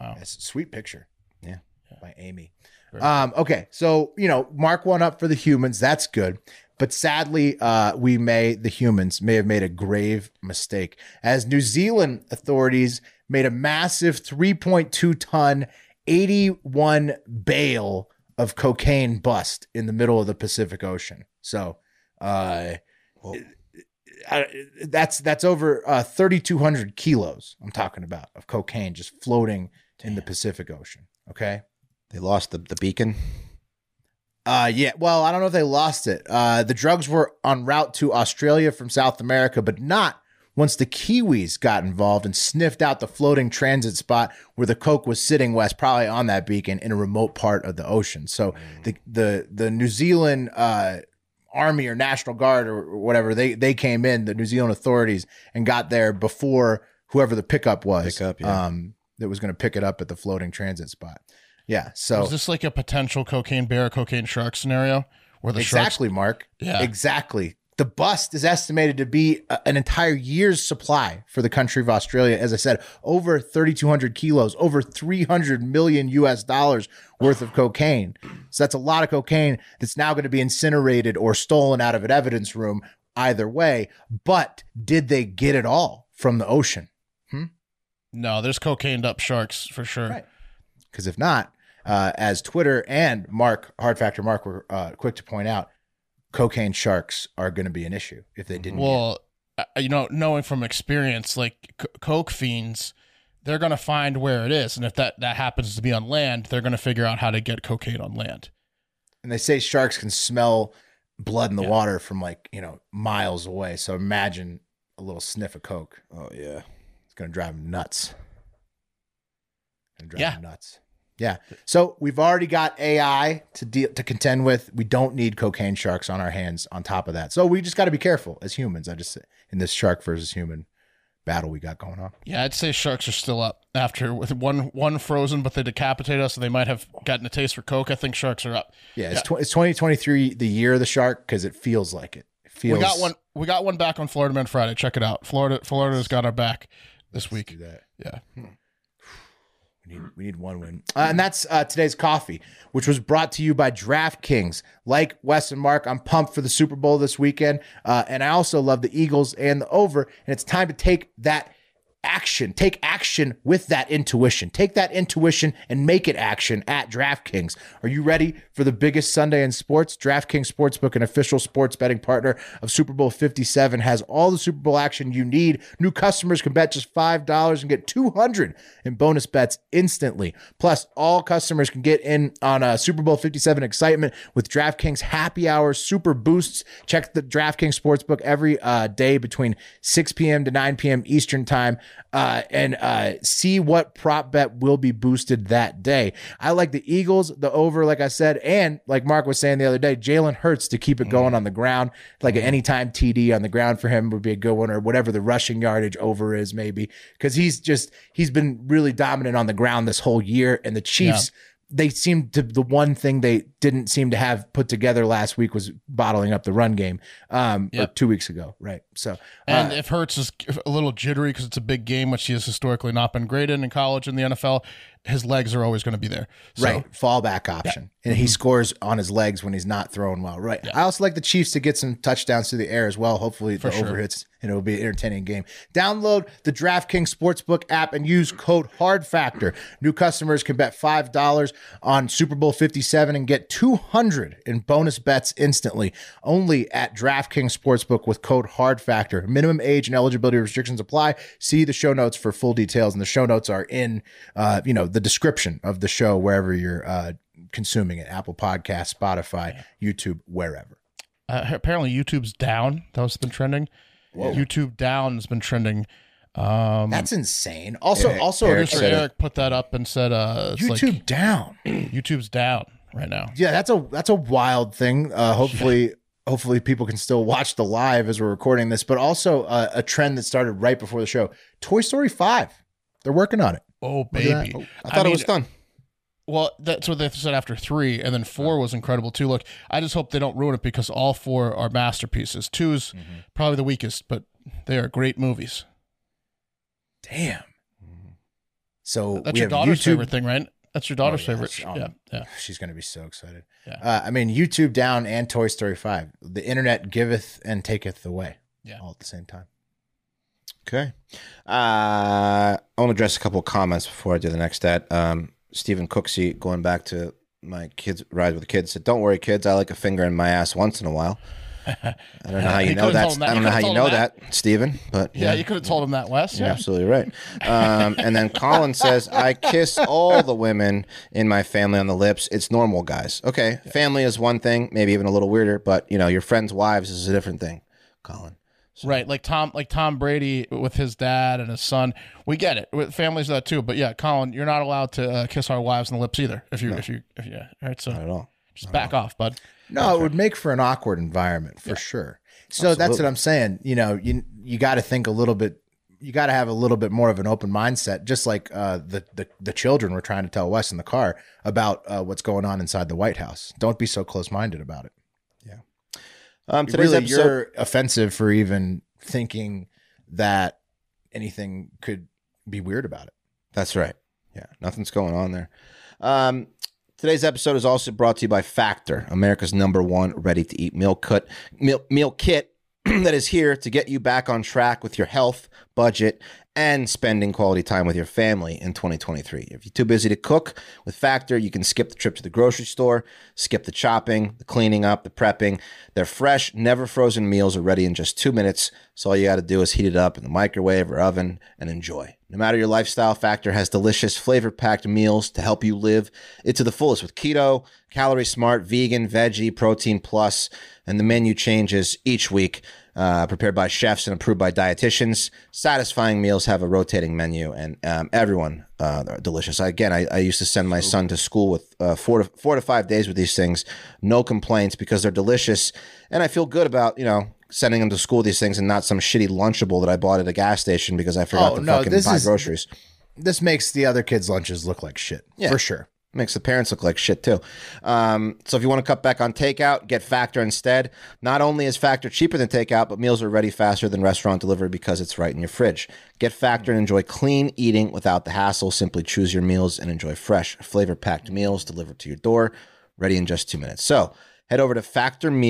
It's a sweet picture.
Yeah.
By Amy. Um, okay. So, you know, mark one up for the humans. That's good. But sadly, uh, we may, the humans may have made a grave mistake as New Zealand authorities made a massive 3.2 ton, 81 bale of cocaine bust in the middle of the Pacific Ocean. So, uh, I, that's that's over uh, 3,200 kilos. I'm talking about of cocaine just floating in the Pacific Ocean. Okay.
They lost the, the beacon.
Uh, yeah. Well, I don't know if they lost it. Uh, the drugs were en route to Australia from South America, but not once the Kiwis got involved and sniffed out the floating transit spot where the coke was sitting west, probably on that beacon in a remote part of the ocean. So
Mm.
the the the New Zealand uh, army or National Guard or whatever they they came in, the New Zealand authorities, and got there before whoever the pickup was
Pickup, yeah.
um, that was going to pick it up at the floating transit spot. Yeah. So
Is this like a potential cocaine bear, cocaine shark scenario where the
exactly, Mark.
Yeah.
Exactly. The bust is estimated to be a- an entire year's supply for the country of Australia. As I said, over 3,200 kilos, over 300 million US dollars worth of cocaine. So that's a lot of cocaine that's now going to be incinerated or stolen out of an evidence room, either way. But did they get it all from the ocean?
sharks? No, there's cocained up sharks for sure.
Right. Because if not, uh, as Twitter and Mark Hard Factor Mark were uh, quick to point out, cocaine sharks are going to be an issue if they didn't.
Well, uh, you know, knowing from experience, like c- coke fiends, they're gonna find where it is, and if that that happens to be on land, they're gonna figure out how to get cocaine on land.
and they say sharks can smell blood in the water from like you know miles away. So imagine a little sniff of coke.
Oh yeah.
It's gonna drive them nuts. Gonna drive
Yeah.
'em nuts. Yeah. So we've already got AI to deal to contend with. We don't need cocaine sharks on our hands. On top of that, so we just got to be careful as humans. I just in this shark versus human battle we got going on.
Yeah, I'd say sharks are still up after with one one frozen, but they decapitate us, and they might have gotten a taste for coke. I think sharks are up.
Yeah, it's, tw- it's 2023, the year of the shark, because it feels like it. It feels.
We got one. We got one back on Florida Man Friday. Check it out. Florida, Florida's got our back this week.
Do that. Hmm.
Yeah.
We need, we need one win. Uh, and that's uh, today's coffee, which was brought to you by DraftKings. Like Wes and Mark, I'm pumped for the Super Bowl this weekend. Uh, and I also love the Eagles and the over. And it's time to take that action. Take action with that intuition. Take that intuition and make it action at DraftKings. Are you ready for the biggest Sunday in sports? DraftKings Sportsbook, an official sports betting partner of Super Bowl 57, has all the Super Bowl action you need. New customers can bet just $5 and get 200 in bonus bets instantly. Plus, all customers can get in on uh, Super Bowl 57 excitement with DraftKings Happy Hour Super Boosts. Check the DraftKings Sportsbook every uh, day between 6 p.m. to 9 p.m. Eastern Time uh, and uh, see what prop bet will be boosted that day. I like the Eagles, the over, like I said, and like Mark was saying the other day, Jalen Hurts to keep it going on the ground. Like an anytime TD on the ground for him would be a good one, or whatever the rushing yardage over is, maybe. Because he's just, he's been really dominant on the ground this whole year. And the Chiefs, they seemed to, the one thing they didn't seem to have put together last week was bottling up the run game, um, or
Yep.
two weeks ago, right? So, uh,
And if Hertz is a little jittery because it's a big game, which he has historically not been great in in college and the NFL, his legs are always going to be there. So,
Right. Fallback option. And he scores on his legs when he's not throwing well. Right. I also like the Chiefs to get some touchdowns through the air as well. Hopefully the
sure.
overhits and it'll be an entertaining game. Download the DraftKings Sportsbook app and use code HARDFACTOR. New customers can bet $5 on Super Bowl 57 and get 200 in bonus bets instantly only at DraftKings Sportsbook with code HARDFACTOR. Minimum age and eligibility restrictions apply. See the show notes for full details and the show notes are in uh, you know, the description of the show wherever you're uh consuming it Apple Podcast, Spotify, YouTube, wherever.
Uh, apparently, YouTube's down. That was been trending. YouTube down has been trending. Um,
That's insane. Also,
Eric-
also
Eric
producer
said it.
Eric put that up and said, uh, it's
YouTube down.
like YouTube's down right now.
yeah that's a that's a wild thing uh hopefully hopefully people can still watch the live as we're recording this but also uh, a trend that started right before the show toy story 5 they're working on it
Oh
at
baby!
that.
I thought it
mean,
was done.
Well, that's what they said after three, and then four was incredible too. Look, I just hope they don't ruin it because all four are masterpieces. Two's probably the weakest, but they are great movies.
damn so
Mm-hmm. That's
we
your
have
daughter's
YouTube.
favorite thing, right? That's your daughter's
yeah,
favorite.
that's-
yeah,
um,
yeah.
she's gonna be so excited
Yeah.
uh, i mean youtube down and toy story 5 the internet giveth and taketh away
Yeah.
all at the same time
Okay. Uh, I want to address a couple of comments before I do the next stat. Um, Stephen Cooksey, going back to my kids' ride with the kids, said, "Don't worry, kids. I like a finger in my ass once in a while." I don't know how
He
you know
could've told
that.
him that. He could've
I don't know how you
told
know
him that.
that, Stephen. But
Yeah, you could have told him that, Wes.
You're
Yeah.
absolutely right. Um, and then Colin says, I kiss all the women in my family on the lips. It's normal, guys. Okay. Family is one thing, maybe even a little weirder, but you know, your friends' wives is a different thing, Colin.
Right, like Tom, like Tom Brady with his dad and his son. We get it. With families that too, but yeah, Colin, you're not allowed to uh, kiss our wives on the lips either. If you, if you, if you, yeah. All right, so
Not at all.
just back off, bud.
No, it would make for an awkward environment for sure. So that's what I'm saying. You know, you you got to think a little bit. You got to have a little bit more of an open mindset, just like uh, the, the the children were trying to tell Wes in the car about uh, what's going on inside the White House. Don't be so close minded about it.
Um, today's
really,
episode.
you're offensive for even thinking that anything could be weird about it.
That's right. Yeah, nothing's going on there. Um, today's episode is also brought to you by Factor, America's number one ready-to-eat meal cut meal, meal kit that is here to get you back on track with your health, budget, and spending quality time with your family in 2023. If you're too busy to cook with Factor, you can skip the trip to the grocery store, skip the chopping, the cleaning up, the prepping. Their fresh, never frozen meals are ready in just two minutes, so all you got to do is heat it up in the microwave or oven and enjoy. No matter your lifestyle, Factor has delicious, flavor packed meals to help you live it to the fullest with keto, calorie smart, vegan, veggie, protein plus, and the menu changes each week. Uh, prepared by chefs and approved by dietitians. Satisfying meals have a rotating menu, and um, everyone uh, they're delicious. Again, I, I used to send my son to school with uh, four to four to five days with these things, no complaints because they're delicious, and I feel good about you know sending them to school with these things and not some shitty lunchable that I bought at a gas station because I forgot
Oh,
to
no,
fucking
this
buy
is-
groceries.
This makes the other kids' lunches look like shit
Yeah.
for sure.
Makes the parents look like shit too. Um, so if you want to cut back on takeout, get Factor instead. Not only is Factor cheaper than takeout, but meals are ready faster than restaurant delivery because it's right in your fridge. Get Factor and enjoy clean eating without the hassle. Simply choose your meals and enjoy fresh, flavor-packed meals delivered to your door, ready in just two minutes. So head over to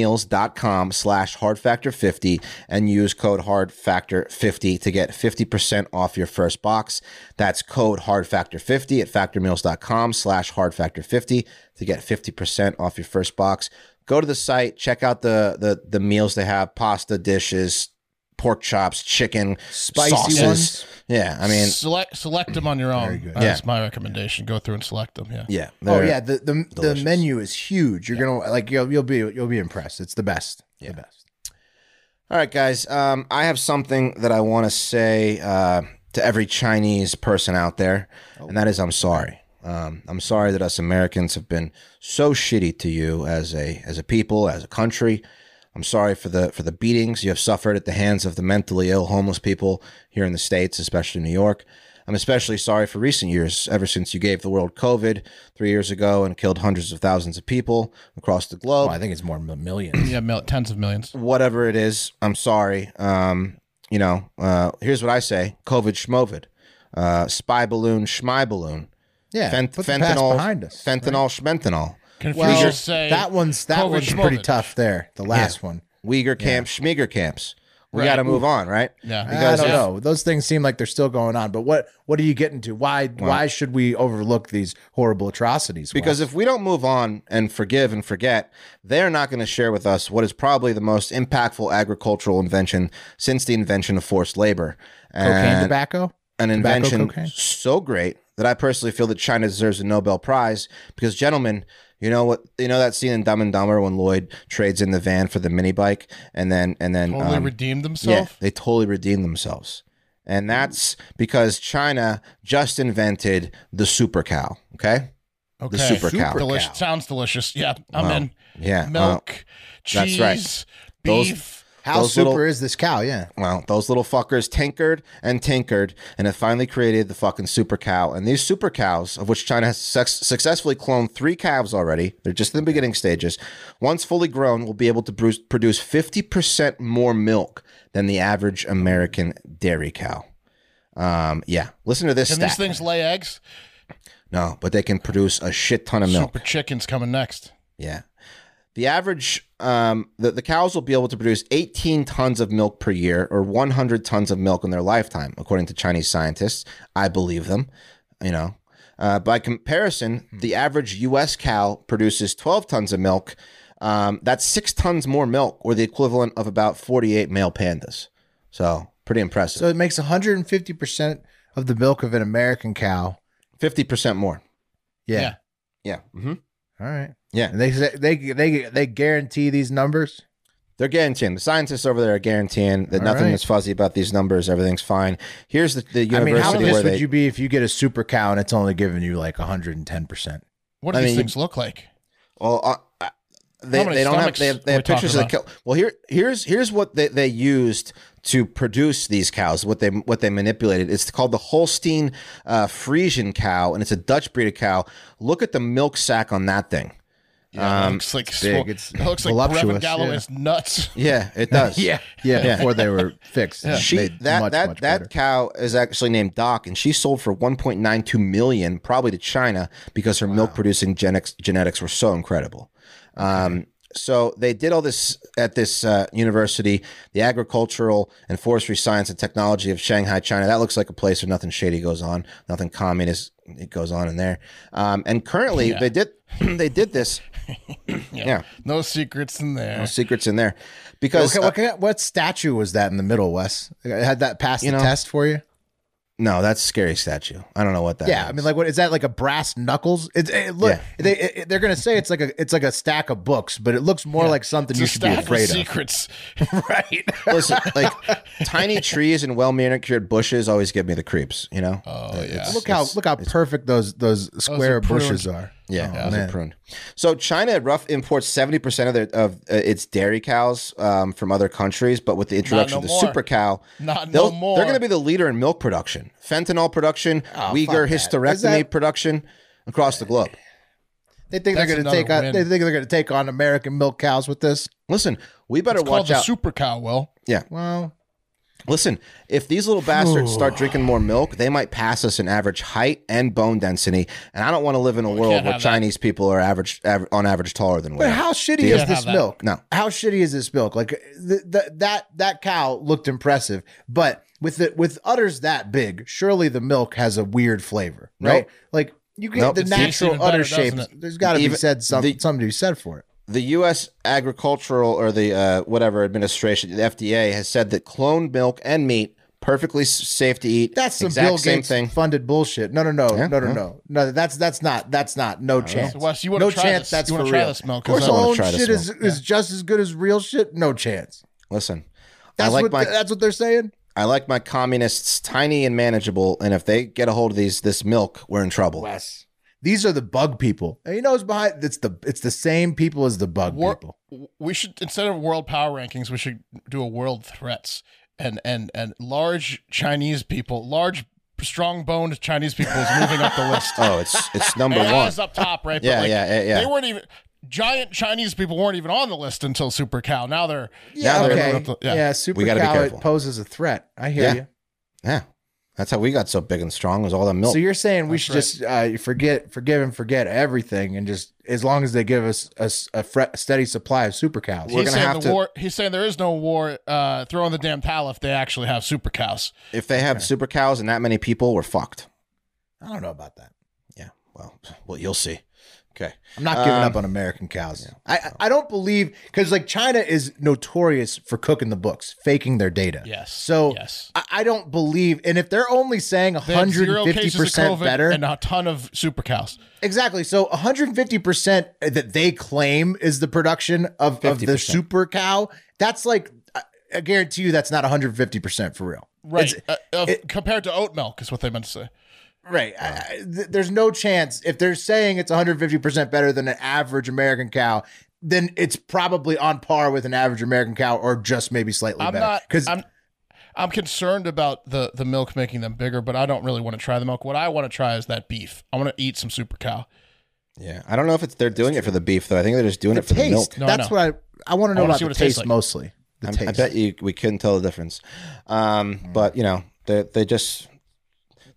factormeals.com slash hardfactor50 and use code hardfactor50 to get 50% off your first box that's code hardfactor50 at factormeals.com slash hardfactor50 to get 50% off your first box go to the site check out the the, the meals they have pasta dishes pork chops chicken
Spicy
sauces.
ones?
yeah i mean
select select them on your own. Uh,
Yeah.
That's my recommendation. Go through and select them. Yeah.
yeah
Oh
they're-
yeah, the the, the
delicious.
menu is huge. You're gonna like you'll you'll be you'll be impressed. It's the best. The best.
All right, guys. Um, I have something that I want to say uh, to every Chinese person out there, and that is, I'm sorry. Um, I'm sorry that us Americans have been so shitty to you as a as a people, as a country. I'm sorry for the for the beatings you have suffered at the hands of the mentally ill homeless people here in the states, especially New York. I'm especially sorry for recent years, ever since you gave the world COVID three years ago and killed hundreds of thousands of people across the globe
I think it's more millions.
Yeah, mil- tens of millions.
whatever it is, I'm sorry. Um, you know, uh, here's what I say: COVID, schmovid, uh, spy balloon, schmy balloon,
yeah,
fent-
put the past
fentanyl,
behind us.
fentanyl, schmentanol,
Confucius
well,
say
that one's that
COVID
one's
schmovid.
pretty tough. There, the last one.
Uyghur camps, Schmieger camps. We
Right.
got to move on, right?
Yeah.
You
I
guys
don't
have-
know. Those things seem like they're still going on. But what what are you getting to? Why why should we overlook these horrible atrocities? Wes?
Because if we don't move on and forgive and forget, they're not going to share with us what is probably the most impactful agricultural invention since the invention of forced labor.
cocaine
And-
uh, tobacco.
an invention
cocaine?
so great that I personally feel that China deserves a Nobel Prize because, gentlemen, you know what? You know that scene in Dumb and Dumber when Lloyd trades in the van for the mini bike, and then and then
Only
um,
redeemed
yeah,
himself.
they totally redeemed themselves. And that's because China just invented the super cow. Okay.
okay.
The super cow.
Delish- Sounds delicious. Yeah, I'm
Wow.
in.
Yeah. uh,
Milk, cheese,
that's right. Those-
beef.
How
Those
super
little-
is this cow? Yeah.
well, those little fuckers tinkered and tinkered, and it finally created the fucking super cow. And these super cows, of which China has sex- successfully cloned three calves already, they're just in the beginning stages. Once fully grown, will be able to bruce- produce 50% more milk than the average American dairy cow. Um, yeah, listen to this.
Can
stat.
these things lay eggs?
No, but they can produce a shit ton of milk.
Super chicken's coming next.
Yeah. The average, um, the, the cows will be able to produce 18 tons of milk per year or 100 tons of milk in their lifetime, according to Chinese scientists. I believe them, you know. Uh, by comparison, the average U.S. cow produces 12 tons of milk. Um, that's six tons more milk, or the equivalent of about 48 male pandas. So, pretty
So
impressive.
it makes 150% of the milk of an American cow.
50% more.
Yeah.
Yeah.
Yeah. hmm
All right.
Yeah.
And they say they they they guarantee these numbers.
They're guaranteeing. The scientists over there are guaranteeing that
All
nothing
right.
is fuzzy about these numbers. Everything's fine. Here's the, the
I
university
mean, how
where
pissed
they.
would you be if you get a super cow and it's only giving you like 110%?
What do
I
these
mean,
things look like?
well, uh, uh, they,
How many
they don't have
stomachs
they have,
are
they
we
have pictures of the
talking
cow. Well, here here's here's what they, they used to produce these cows. What they what they manipulated. It's called the Holstein uh, Friesian cow, and it's a Dutch breed of cow. Look at the milk sack on that thing.
Yeah,
um,
it looks like
big,
swo-
it's
it looks like
voluptuous,
Brevin
yeah.
Galloway's nuts.
Yeah, it does.
Yeah, before they were fixed.
She
They-
that
much,
that
much
that
better.
cow is actually named Doc, and she sold for 1.92 million, probably to China, because her milk producing genetics genetics were so incredible. Um, so they did all this at this uh, university, the Agricultural and Forestry Science and Technology of Shanghai, China. That looks like a place where nothing shady goes on, nothing communist it goes on in there. Um, and currently, they did they did this. yeah,
No secrets in there.
no secrets in there, because
Okay,
uh,
what, kind- what statue was that in the middle, Wes? Had that passed
You
the
know-
test for you?
no, that's scary statue. I don't know what that.
Yeah, I
means.
mean, like, what is that? Like a brass knuckles? It's it, look,
Yeah.
they it, they're gonna say it's like a it's like a stack of books, but it looks more like something
It's
you
a
should be
stack of
afraid of.
secrets, right?
Listen, like tiny trees and well manicured bushes always give me the creeps. You know.
Oh yeah.
Look how look how perfect those those square
are pruned.
bushes are.
Yeah,
Oh,
those
man.
are pruned. So China rough imports seventy percent of their of uh, its dairy cows um, from other countries, but with the introduction
no
of the
more.
super cow,
Not
they'll-
no more. Oh,
They're going to be the leader in milk production, fentanyl production, Uyghur hysterectomy
Is that-
production across the globe.
They think
That's
they're gonna
another
take on,
win.
they think they're gonna take on American milk cows with this.
Listen, we better
It's called
watch
the
out.
super cow. Will
yeah,
Well,
Listen, if these little bastards start drinking more milk, they might pass us in average height and bone density. And I don't want to live in a world
can't
where
have that.
Chinese people are average, aver- on average, taller than we.
but
are.
how shitty
Yeah.
is this
Have that.
milk?
No.
how shitty is this milk? Like th- th- that that cow looked impressive, but with the with udders that big, surely the milk has a weird flavor, right?
Nope.
Like you get
Nope.
the
It
tastes
natural
even better,
udder
doesn't
shapes.
it?
There's got to be
Even-
said some,
the-
something to be said for it.
the U.S. agricultural or the uh, whatever administration, the FDA, has said that cloned milk and meat perfectly s- safe to eat.
That's some
exact
Bill
same
Gates
thing.
funded bullshit. No, no, no,
Yeah,
no, no,
yeah.
no, no. That's that's not that's not no chance.
So, Wes, you wanna
no
try
chance.
this?
That's
You
for
wanna try
real.
this milk,
Of course,
'cause I
wanna
clone
try this
shit is,
milk.
is just as good as real shit. No chance.
Listen, I
That's
like
what uh,
my
that's what they're saying.
I like my communists tiny and manageable. And if they get a hold of these this milk, we're in trouble.
Wes, these are the bug people. And you know who's behind? It's the it's the same people as the bug
Wor-
people.
we should instead of world power rankings, we should do a world threats and and and large Chinese people, large strong boned Chinese people is moving up the list.
Oh, it's it's number one.
AI's up top, right?
Yeah, yeah, yeah, yeah.
They weren't even giant Chinese people weren't even on the list until Super Cow. Now they're
Yeah, they're-
okay.
they're-
yeah.
yeah.
super
We gotta be
cow it
careful.
poses a threat. I hear
Yeah.
you.
Yeah. That's how we got so big and strong was all that milk.
So you're saying we should just uh, forget, forgive, and forget everything, and just as long as they give us a, s- a fre- steady supply of super cows.
We're
he's
gonna
saying
have
the
to-
war. He's saying there is no war. Uh, throw in the damn towel if they actually have super cows.
if they have super cows and that many people, we're fucked.
I don't know about that.
Yeah. Well, well, you'll see. Okay.
I'm not giving up on American cows. I I I don't believe because like China is notorious for cooking the books, faking their data.
Yes,
So
yes.
I, I don't believe, and if they're only saying
They had zero
150
cases of
percent
COVID
better,
and a ton of super cows.
exactly. So 150 percent that they claim is the production of of the
50%.
super cow. That's like I- I guarantee you that's not 150 percent for real.
Right.
It's-
Uh, of, compared to oat milk is what they meant to say.
Right. I, I- th- there's no chance if they're saying it's 150% better than an average American cow, then it's probably on par with an average American cow or just maybe slightly
I'm
better.
not
Cuz
I'm I'm concerned about the the milk making them bigger, but I don't really want to try the milk. What I want to try is that beef. I want to eat some super cow.
Yeah. I don't know if it's they're doing it for the beef though. I think they're just doing
the
it for the milk.
taste.
No, I
that's
know.
what I I want to know
wanna
about
see
the
what
taste
it tastes like.
mostly. The
I'm-
taste. Mm.
I bet you we couldn't tell the difference. Um, But you know, they they just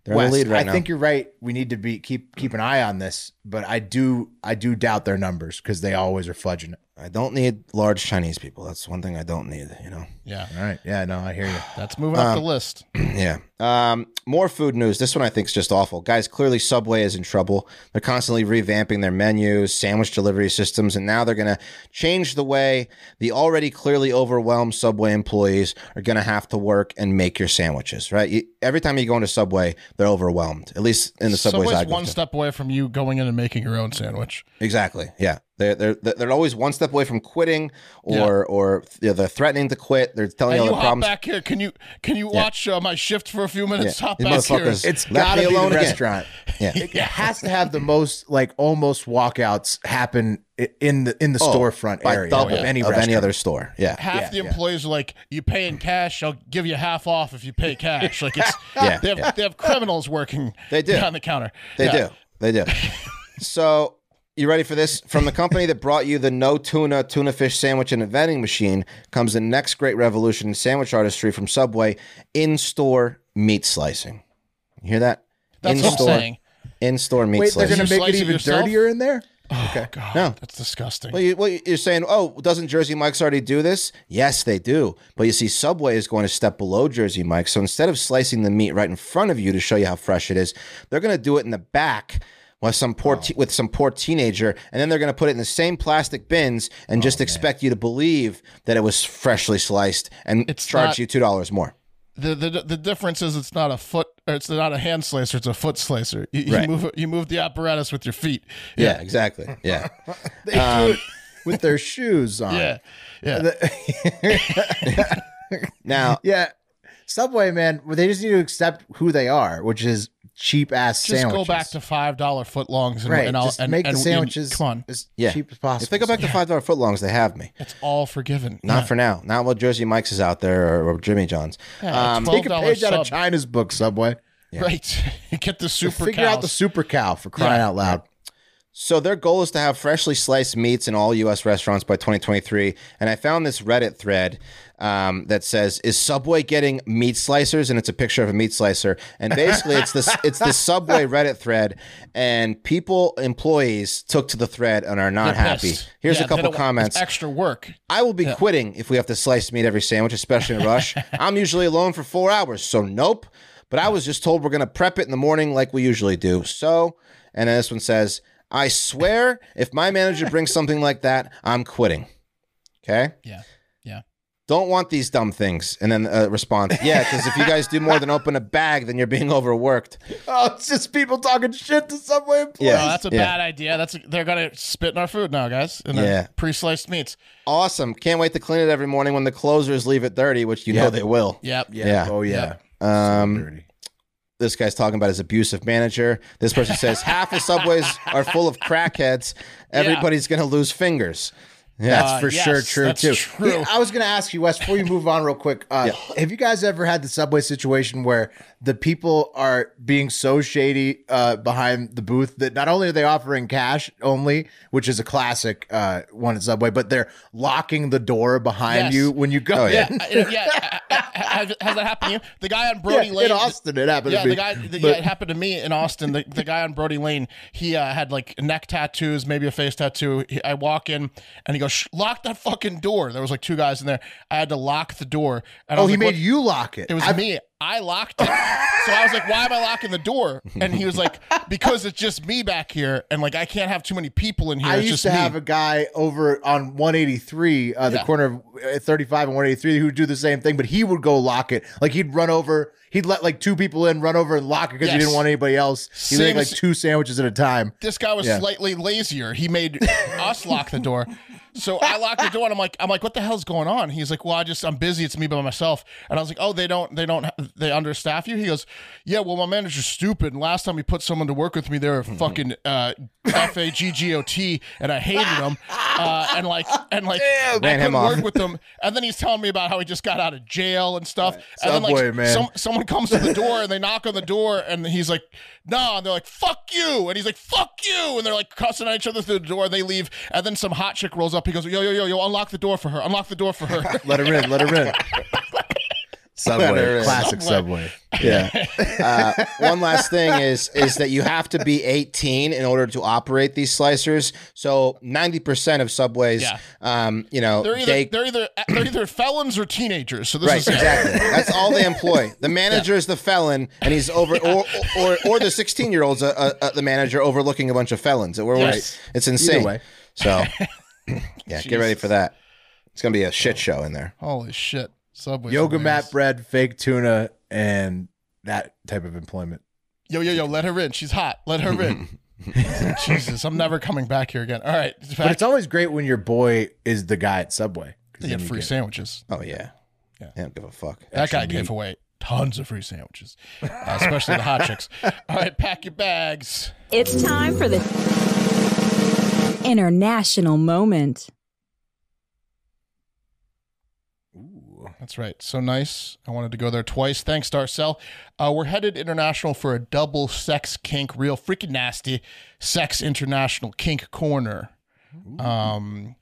they're in
Wes,
the lead right
I
now.
think you're right. We need to be keep keep an eye on this, but I do I do doubt their numbers cuz they always are fudging it.
I don't need large Chinese people. That's one thing I don't need. You know.
Yeah.
All right. Yeah, no, I hear you.
That's moving up the list.
Yeah. Um, more food news. This one I think is just awful. Guys, clearly Subway is in trouble. They're constantly revamping their menus, sandwich delivery systems, and now they're going to change the way the already clearly overwhelmed Subway employees are going to have to work and make your sandwiches, right? You, every time you go into Subway, they're overwhelmed, at least in the Subways I
Subway's
go
one
to.
step away from you going in and making your own sandwich.
Exactly. Yeah. They're, they're, they're always one step away from quitting or, or you know, they're threatening to quit. They're telling
Hey,
you
you
all Oh, the
hop
problems.
back here. Can you can you watch uh, my shift for a few minutes? Hop
These
back here.
motherfuckers
It's
Let
got to
me
be the
alone again.
restaurant.
Yeah.
It has to have the most like almost walkouts happen i- in the in the storefront
Oh, by
area
double
of any
of any
restaurant.
other store. Yeah.
half the employees are like, "You pay in cash, I'll give you half off if you pay cash." Like it's
Yeah,
they have
yeah.
they have criminals working
They do.
behind the counter.
They
Yeah.
do. They do. so, you ready for this? From the company that brought you the no tuna tuna fish sandwich and a vending machine comes the next great revolution in sandwich artistry from Subway in-store meat slicing. You hear that?
That's what I'm saying.
In-store meat
Wait, they're
slicing.
going to
You
make it
slice it
even
yourself?
dirtier in there?
Okay. Oh, God,
No.
that's disgusting.
Well, you, well, you're saying, oh, doesn't Jersey Mike's already do this? Yes, they do. But you see, Subway is going a step below Jersey Mike's. So instead of slicing the meat right in front of you to show you how fresh it is, they're going to do it in the back with some poor te- with some poor teenager, and then they're going to put it in the same plastic bins and just expect you to believe that it was freshly sliced and
It's
charge
not-
you two dollars more.
the, the the difference is it's not a foot or it's not a hand slicer, it's a foot slicer. You, you
Right.
move you move the apparatus with your feet.
Yeah, exactly. Yeah,
They do it Um, with their shoes on.
Yeah. Yeah.
now
Yeah. Subway, man, well, they just need to accept who they are, which is cheap ass
Just
sandwiches.
go back to five dollar footlongs and,
right.
and I'll
just
and,
make
and-
the
and-
sandwiches
come on,
as
Yeah.
cheap as possible.
if they go back to five dollar footlongs, they have me.
it's all forgiven.
Not for now. Not while Jersey Mike's is out there or, or Jimmy John's.
Yeah,
Um,
take a
$12
page out of
sub.
China's book, Subway.
right. You get the super
Figure out the
cows.
super cow for crying out loud.
So their goal is to have freshly sliced meats in all U.S. restaurants by 2023. And I found this Reddit thread um, that says, "Is Subway getting meat slicers?" And it's a picture of a meat slicer. And basically, it's this it's the Subway Reddit thread, and people employees took to the thread and are not
They're
happy.
pissed.
Here's
Yeah,
a
they don't
couple
want- it's
comments.
Extra work.
I will be quitting if we have to slice meat every sandwich, especially in a rush. I'm usually alone for four hours, so nope. But I was just told we're going to prep it in the morning like we usually do. So, and then this one says, I swear if my manager brings something like that, I'm quitting. Okay?
Yeah. Yeah.
Don't want these dumb things. And then a response, yeah, because if you guys do more than open a bag, then you're being overworked.
Oh, it's just people talking shit to Subway employees.
Yeah.
Oh, that's a
Yeah.
bad idea. That's they're gonna spit in our food now, guys. And then
Yeah.
pre-sliced meats.
Awesome. Can't wait to clean it every morning when the closers leave it dirty, which you know they will.
Yep. Yeah.
Yeah.
Oh yeah.
Um,
Dirty.
this guy's talking about his abusive manager. This person says half of subways are full of crackheads. Everybody's going to lose fingers. Yeah.
That's for
Uh, yes,
sure true
that's
too.
true.
Yeah, I was going to ask you, Wes, before you move on real quick. Uh, Have you guys ever had the subway situation where the people are being so shady uh, behind the booth that not only are they offering cash only, which is a classic uh, one at Subway, but they're locking the door behind
Yes.
you when you go
yeah.
in?
I- yeah. I- I- Has, has that happened to you? The guy on Brody
Yeah,
Lane.
in Austin, it happened
Yeah,
to me.
the guy. The,
But-
yeah, it happened to me in Austin. The, the guy on Brody Lane. He uh, had like neck tattoos, maybe a face tattoo. He, I walk in, and he go, Shh, lock that fucking door. There was like two guys in there. I had to lock the door. And I
Oh,
was
he
like,
made
what-
you lock it.
It was
I-
me. I locked it. so I was like, why am I locking the door? And he was like, because it's just me back here. And like, I can't have too many people in here.
I
it's
used
just
to
me.
have a guy over on 183, uh, the
Yeah.
corner of uh, 35 and 183, who would do the same thing, but he would go lock it. Like he'd run over, he'd let like two people in, run over and lock it because he
Yes.
didn't want anybody else. He'd make
Same
like
s-
two sandwiches at a time.
this guy was
Yeah.
slightly lazier. He made us lock the door. So I locked the door and I'm like, I'm like, what the hell's going on? He's like, well, I just, I'm busy. It's me by myself. And I was like, oh, they don't, they don't, they understaff you. He goes, yeah, well, my manager's stupid. And last time he put someone to work with me, they were
Mm-hmm.
fucking uh, F A G G O T, and I hated them. Uh, and like, and like, I
Ran him
couldn't
off.
work with them. And then he's telling me about how he just got out of jail and stuff. And
Subway,
then like,
man.
some, someone comes to the door and they knock on the door and he's like, nah. And they're like, fuck you. And he's like, fuck you. And they're like cussing at each other through the door. They leave. And then some hot chick rolls up. He goes, yo, yo, yo, yo, unlock the door for her. Unlock the door for her.
Let her in, let her in.
Let her
Subway,
in.
classic Subway.
Yeah. Uh, one last thing is is that you have to be 18 in order to operate these slicers. So 90% of Subways,
Yeah.
um, you know,
They're either,
they
they're either they're either felons or teenagers. So this
Right,
is
exactly. That's all they employ. The manager is the felon, and he's over, or, or or the sixteen year old's uh, uh, the manager overlooking a bunch of felons. We're, we're-
Yes.
It's insane.
way.
So, yeah, get ready for that. It's gonna be a shit show in there.
Holy shit. Subway.
Yoga mat bread, fake tuna, and that type of employment.
Yo, yo, yo, let her in. She's hot. Let her in. Jesus, I'm never coming back here again. All right.
But
Back
it's always great when your boy is the guy at Subway. 'cause
to get
then you
free
get-
sandwiches.
Oh yeah,
Yeah.
I don't give a fuck.
That guy gave away tons of free sandwiches, uh, especially the hot chicks. All right, pack your bags.
It's time for the international moment.
That's right. So nice. I wanted to go there twice. Thanks, Darcel. Uh, we're headed international for a double sex kink, real freaking nasty sex international kink corner. Um,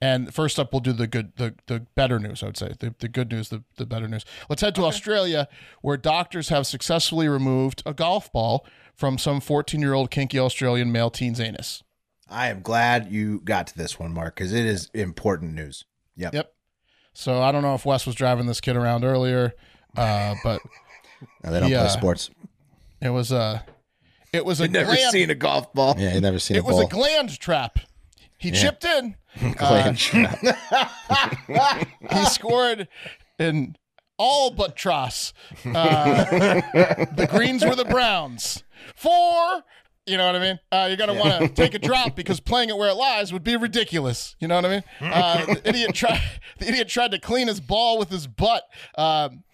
and first up, we'll do the good, the, the better news, I would say. The, the good news, the, the better news. Let's head to Australia, where doctors have successfully removed a golf ball from some 14 year old kinky Australian male teen's anus.
I am glad you got to this one, Mark, because it is important news. Yep.
Yep. So I don't know if Wes was driving this kid around earlier, uh, but
No, they don't
Yeah.
play sports.
it was a it was a
Never
gland,
seen a golf ball.
Yeah, you never seen
it
a
was
ball.
a gland trap. He chipped in.
Glam trap.
He scored in all but Tross. Uh, the greens were the Browns. Four. You know what I mean? Uh, you're gonna want to take a drop because playing it where it lies would be ridiculous. You know what I mean? Uh, the idiot tried. The idiot tried to clean his ball with his butt. Um,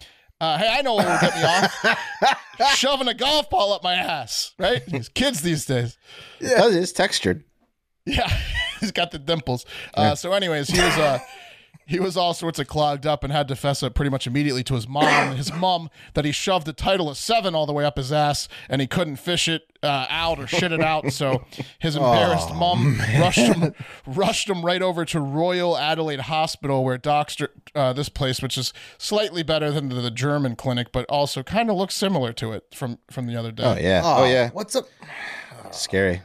uh, hey, I know what will get me off. Shoving a golf ball up my ass, right? These kids these days.
Oh, It's textured.
Yeah, he's got the dimples. Uh, so, anyways, he was uh, he was all sorts of clogged up and had to fess up pretty much immediately to his mom. His mom that he shoved a title of seven all the way up his ass, and he couldn't fish it uh, out or shit it out. So his embarrassed
Oh,
mom rushed him rushed him right over to Royal Adelaide Hospital, where doctor uh, this place, which is slightly better than the, the German clinic, but also kind of looks similar to it from from the other day.
Oh yeah. Oh, yeah.
What's up?
Scary.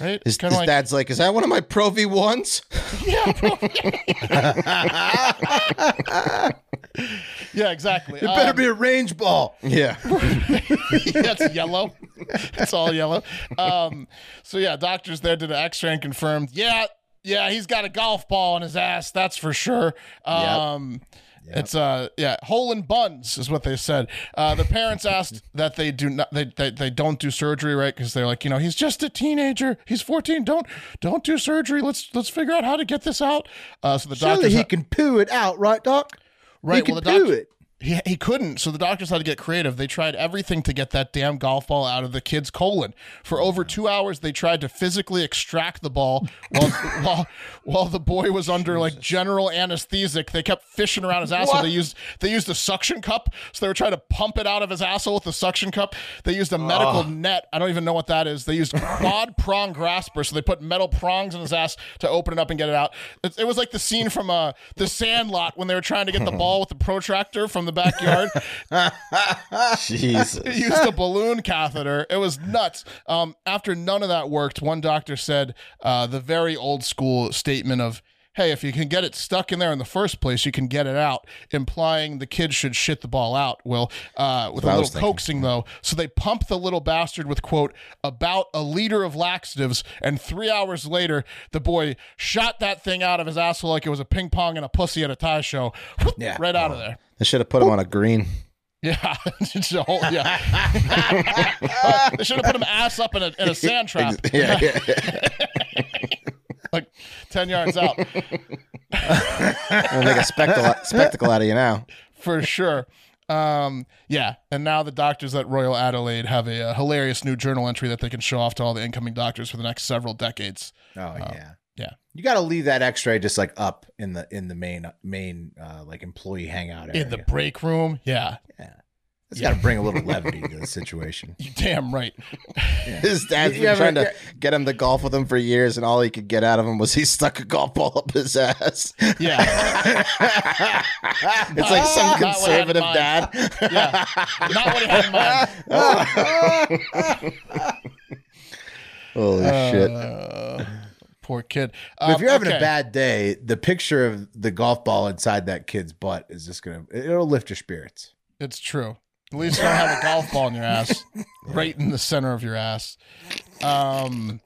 right?
His,
Kinda
his
like-
dad's like, is that one of my Pro V ones?
yeah, exactly.
It better
Um,
be a range ball.
Yeah.
That's yellow. It's all yellow. Um, so yeah, doctors there did an X-ray and confirmed. Yeah, yeah, he's got a golf ball in his ass. That's for sure. Um, It's uh yeah hole in buns is what they said. Uh, the parents asked that they do not they they, they don't do surgery right because they're like you know he's just a teenager he's fourteen don't don't do surgery let's let's figure out how to get this out. Uh, so the
Surely
doctors
he can poo it out, right, Doc?
Right,
He can
well, the
poo
doc-
it.
he, he couldn't so the doctors had to get creative they tried everything to get that damn golf ball out of the kid's colon for over two hours they tried to physically extract the ball while while, while the boy was under like general anesthetic they kept fishing around his asshole they used they used a suction cup so they were trying to pump it out of his asshole with a suction cup they used a medical net i don't even know what that is they used quad prong grasper so they put metal prongs in his ass to open it up and get it out it, it was like the scene from uh the sandlot when they were trying to get the ball with the protractor from the backyard
Jesus.
he used a balloon catheter. It was nuts. Um, after none of that worked, one doctor said uh, the very old school statement of hey, if you can get it stuck in there in the first place, you can get it out, implying the kid should shit the ball out, Will, uh, with
what I
a
was
little coaxing, though. So they pump the little bastard with, quote, about a liter of laxatives, and three hours later, the boy shot that thing out of his asshole like it was a ping pong and a pussy at a tie show.
Yeah.
Right out of there.
They should have put him on a green.
Yeah, It's a whole- yeah. Uh, they should have put him ass up in a, in a sand trap,
Yeah, yeah, yeah.
like ten yards out
We'll make a spectacle, spectacle out of you now.
for sure. Um, yeah, and now the doctors at Royal Adelaide have a, uh hilarious new journal entry that they can show off to all the incoming doctors for the next several decades.
Oh yeah,
Um, yeah.
You got to leave that X-ray just like up in the in the main main uh, like employee hangout area.
In the break room, yeah,
it's got to bring a little levity to the situation.
you damn right.
His dad's been
You ever-
trying to get him to golf with him for years, and all he could get out of him was he stuck a golf ball up his ass.
Yeah,
It's like some
Not what I had in
conservative
mind.
dad.
yeah. Not what he had in mind.
Holy shit.
Uh, poor kid.
But if
Um,
you're having
okay.
a bad day, the picture of the golf ball inside that kid's butt is just gonna it'll lift your spirits.
It's true. At least you don't have a golf ball in your ass, right in the center of your ass. Um,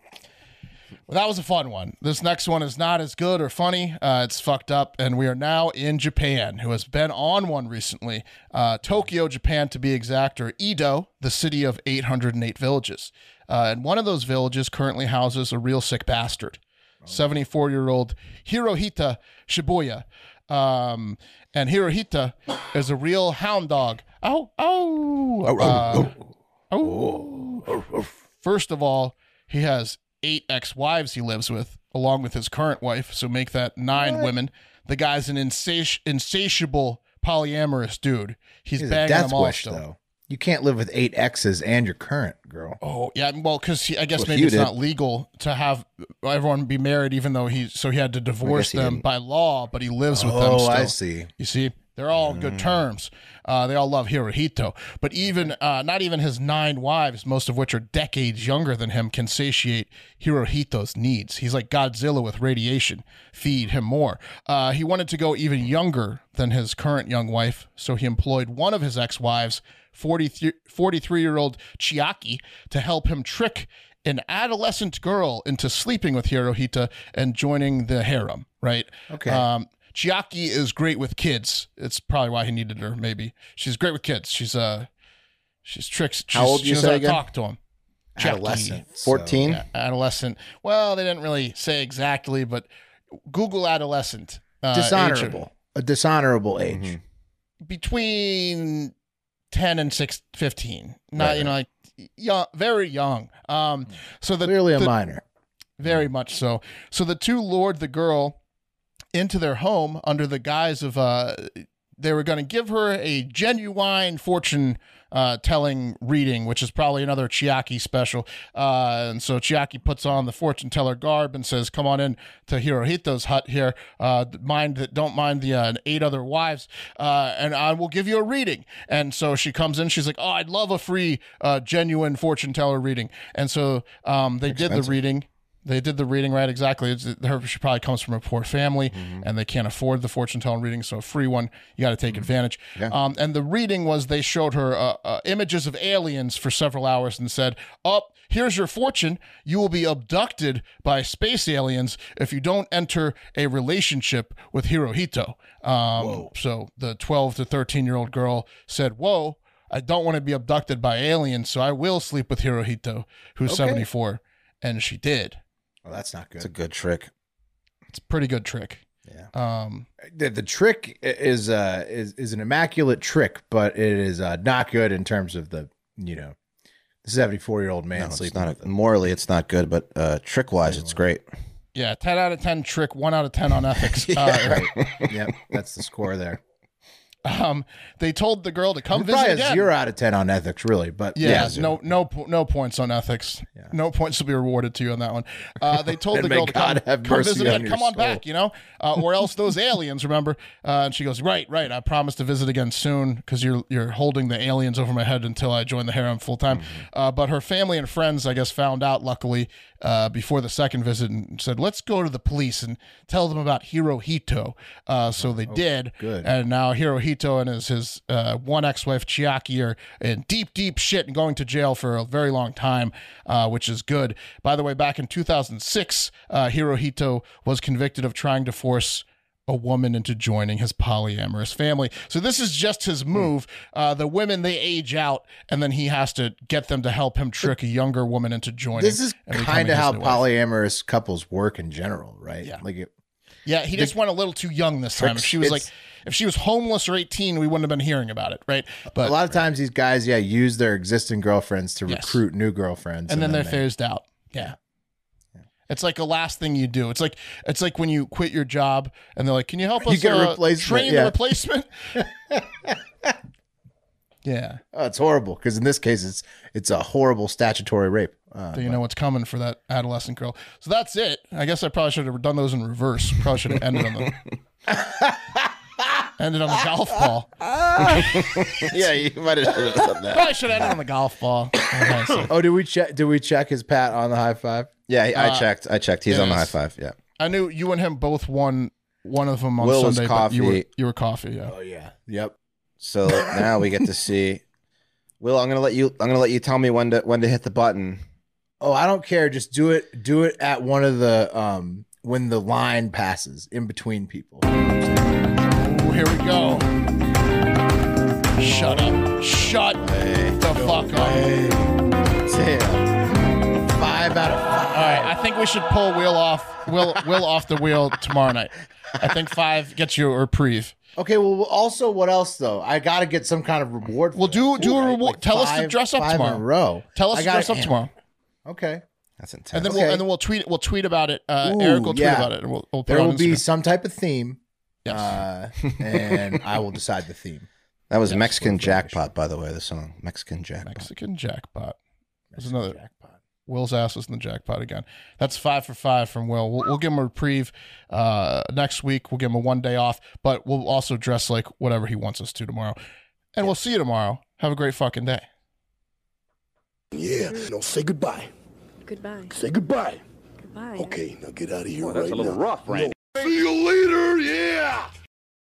well, that was a fun one. This next one is not as good or funny. Uh, it's fucked up, and we are now in Japan, who has been on one recently. Uh, Tokyo, Japan, to be exact, or Edo, the city of 808 villages. Uh, and one of those villages currently houses a real sick bastard. 74 year old Hirohita Shibuya. Um, and Hirohita is a real hound dog. Oh, oh, Uh, oh. First of all, he has eight ex wives he lives with, along with his current wife. So make that nine women. The guy's an insati- insatiable polyamorous dude. He's,
It's a
banging
death
them all
wish
still.
though. You can't live with eight exes and your current girl.
Oh yeah, well, because I guess
Well,
maybe
Hugh
it's
did.
not legal to have everyone be married, even though he so he had to divorce
he
them
didn't.
by law, but he lives with them.
Oh,
Still.
I see.
You see, they're all on good terms. Uh, they all love Hirohito, but even uh, not even his nine wives, most of which are decades younger than him, can satiate Hirohito's needs. He's like Godzilla with radiation. Feed him more. Uh, he wanted to go even younger than his current young wife, so he employed one of his ex-wives, 43 year old Chiaki, to help him trick an adolescent girl into sleeping with Hirohita and joining the harem. Right.
Okay.
Um, Chiaki is great with kids. It's probably why he needed her. Maybe she's great with kids. She's uh, she's tricks. She's,
old
she
you
knows
say
how to
again?
Talk to him. Chiaki.
Adolescent. so-
14?
Yeah, adolescent. Well, they didn't really say exactly, but Google adolescent. Uh, age of- Mm-hmm.
dishonorable. A dishonorable age.
between 10 and 6 15 not you know like young very young um so the
Clearly a
the-
minor.
very much so so the two lured the girl into their home under the guise of uh they were going to give her a genuine fortune uh, telling reading, which is probably another Chiaki special. Uh, and so Chiaki puts on the fortune teller garb and says, "Come on in to Hirohito's hut here. Uh, mind that don't mind the uh, eight other wives, uh, and I will give you a reading." And so she comes in. She's like, "Oh, I'd love a free, uh, genuine fortune teller reading." And so um, they did the reading. They did the reading right exactly. It's, her, she probably comes from a poor family, and they can't afford the fortune telling reading, so a free one you got to take advantage. Um, and the reading was they showed her uh, uh, images of aliens for several hours and said, "Up, here's your fortune. You will be abducted by space aliens if you don't enter a relationship with Hirohito." Um, so the 12 to 13 year old girl said, "Whoa." I don't want to be abducted by aliens, so I will sleep with Hirohito, who's 74. And she did.
Well, that's not good.
It's a good trick.
It's a pretty good trick.
Yeah.
Um,
the, the trick i- is uh is, is an immaculate trick, but it is uh, not good in terms of the you know the seventy four year old man
No, it's
sleeping.
not morally, it's not good, but uh, trick wise, it's great.
yeah, 10 out of 10 trick, 1 out of 10 on ethics. uh,
yep, that's the score there.
Um, they told the girl to come visit
Probably a
again.
zero out of ten on ethics, really. But
Yeah,
zero.
no, no, po- no points on ethics. No points will be rewarded to you on that one. Uh, they told
And
the
may
girl to
God
come,
have
come
mercy
visit
on
again.
your
Come on
soul.
back, you know, uh, or else those aliens. Remember? Uh, and she goes, right, right. I promise to visit again soon because you're you're holding the aliens over my head until I join the harem full time.
Mm-hmm.
Uh, but her family and friends, I guess, found out luckily uh, before the second visit and said, let's go to the police and tell them about Hirohito. Uh, so they did.
Oh, good.
And now Hirohito and his his uh, one ex-wife Chiaki are in deep, deep shit and going to jail for a very long time, uh, which is good. By the way, back in 2006, uh, Hirohito was convicted of trying to force a woman into joining his polyamorous family. So this is just his
Hmm.
move. Uh, the women they age out, and then he has to get them to help him trick a younger woman into joining.
This is
and becoming
kind of
his
how
new wife.
polyamorous couples work in general, right?
Yeah.
Like it,
Yeah, he just went a little too young this time. If she was like,
It's-
if she was homeless or 18, we wouldn't have been hearing about it, right? But
a lot of times these guys, yeah, use their existing girlfriends to
Yes.
recruit new girlfriends,
and, then, they're phased out. Yeah. It's like the last thing you do. It's like it's like when you quit your job and they're like, "Can you help
You
us
get a
uh,
replacement,
train
yeah.
the replacement?" yeah.
Oh, it's horrible because in this case, it's it's a horrible statutory rape. Uh,
So you know what's coming for that adolescent girl. So that's it. I guess I probably should have done those in reverse. Probably should have ended on the ended on the golf ball.
yeah, you might have done that.
Probably should have ended on the golf ball. Okay, so
oh, did we check? Did we check his pat on the high five?
Yeah, I checked. I checked. He's
it
on the
is.
high five. Yeah.
I knew you and him both won one of them on
Will was
Sunday. but You were
coffee.
you were coffee. Yeah.
Oh,
yeah. Yep.
So now we get to see. Will, I'm gonna let you. I'm gonna let you tell me when to when to hit the button.
Oh, I don't care. Just do it. Do it at one of the um when the line passes in between people.
Ooh, here we go. Shut up. Shut the fuck up.
Damn.
Five out of
All
five.
right, I think we should pull Will off Will Will off the wheel tomorrow night. I think five gets you a reprieve.
Okay. Well, also, what else though? I got to get some kind of reward. for
Well,
it,
do- do a
right?
reward- tell us to dress up
five
tomorrow.
In a row.
Tell us
I
to
gotta-
dress up tomorrow,
Okay.
That's intense.
and then
Okay.
we'll and then we'll tweet we'll tweet about it. Uh,
Ooh,
Eric will tweet
yeah.
about it. And we'll, we'll put
There
it on
will be
Instagram.
some type of theme,
Yes.
uh, and I will decide the theme.
that was Mexican jackpot, by the way. The song Mexican jackpot.
Mexican jackpot. There's another jackpot. Will's ass is in the jackpot again. That's five for five from Will. We'll, we'll give him a reprieve uh, next week. We'll give him a one day off, but we'll also dress like whatever he wants us to tomorrow. And we'll see you tomorrow. Have a great fucking day.
Yeah, no, say goodbye.
Goodbye.
Say goodbye.
Goodbye.
Okay, now get out of here
that's
right
a little
now.
rough, Randy.
See you later, yeah!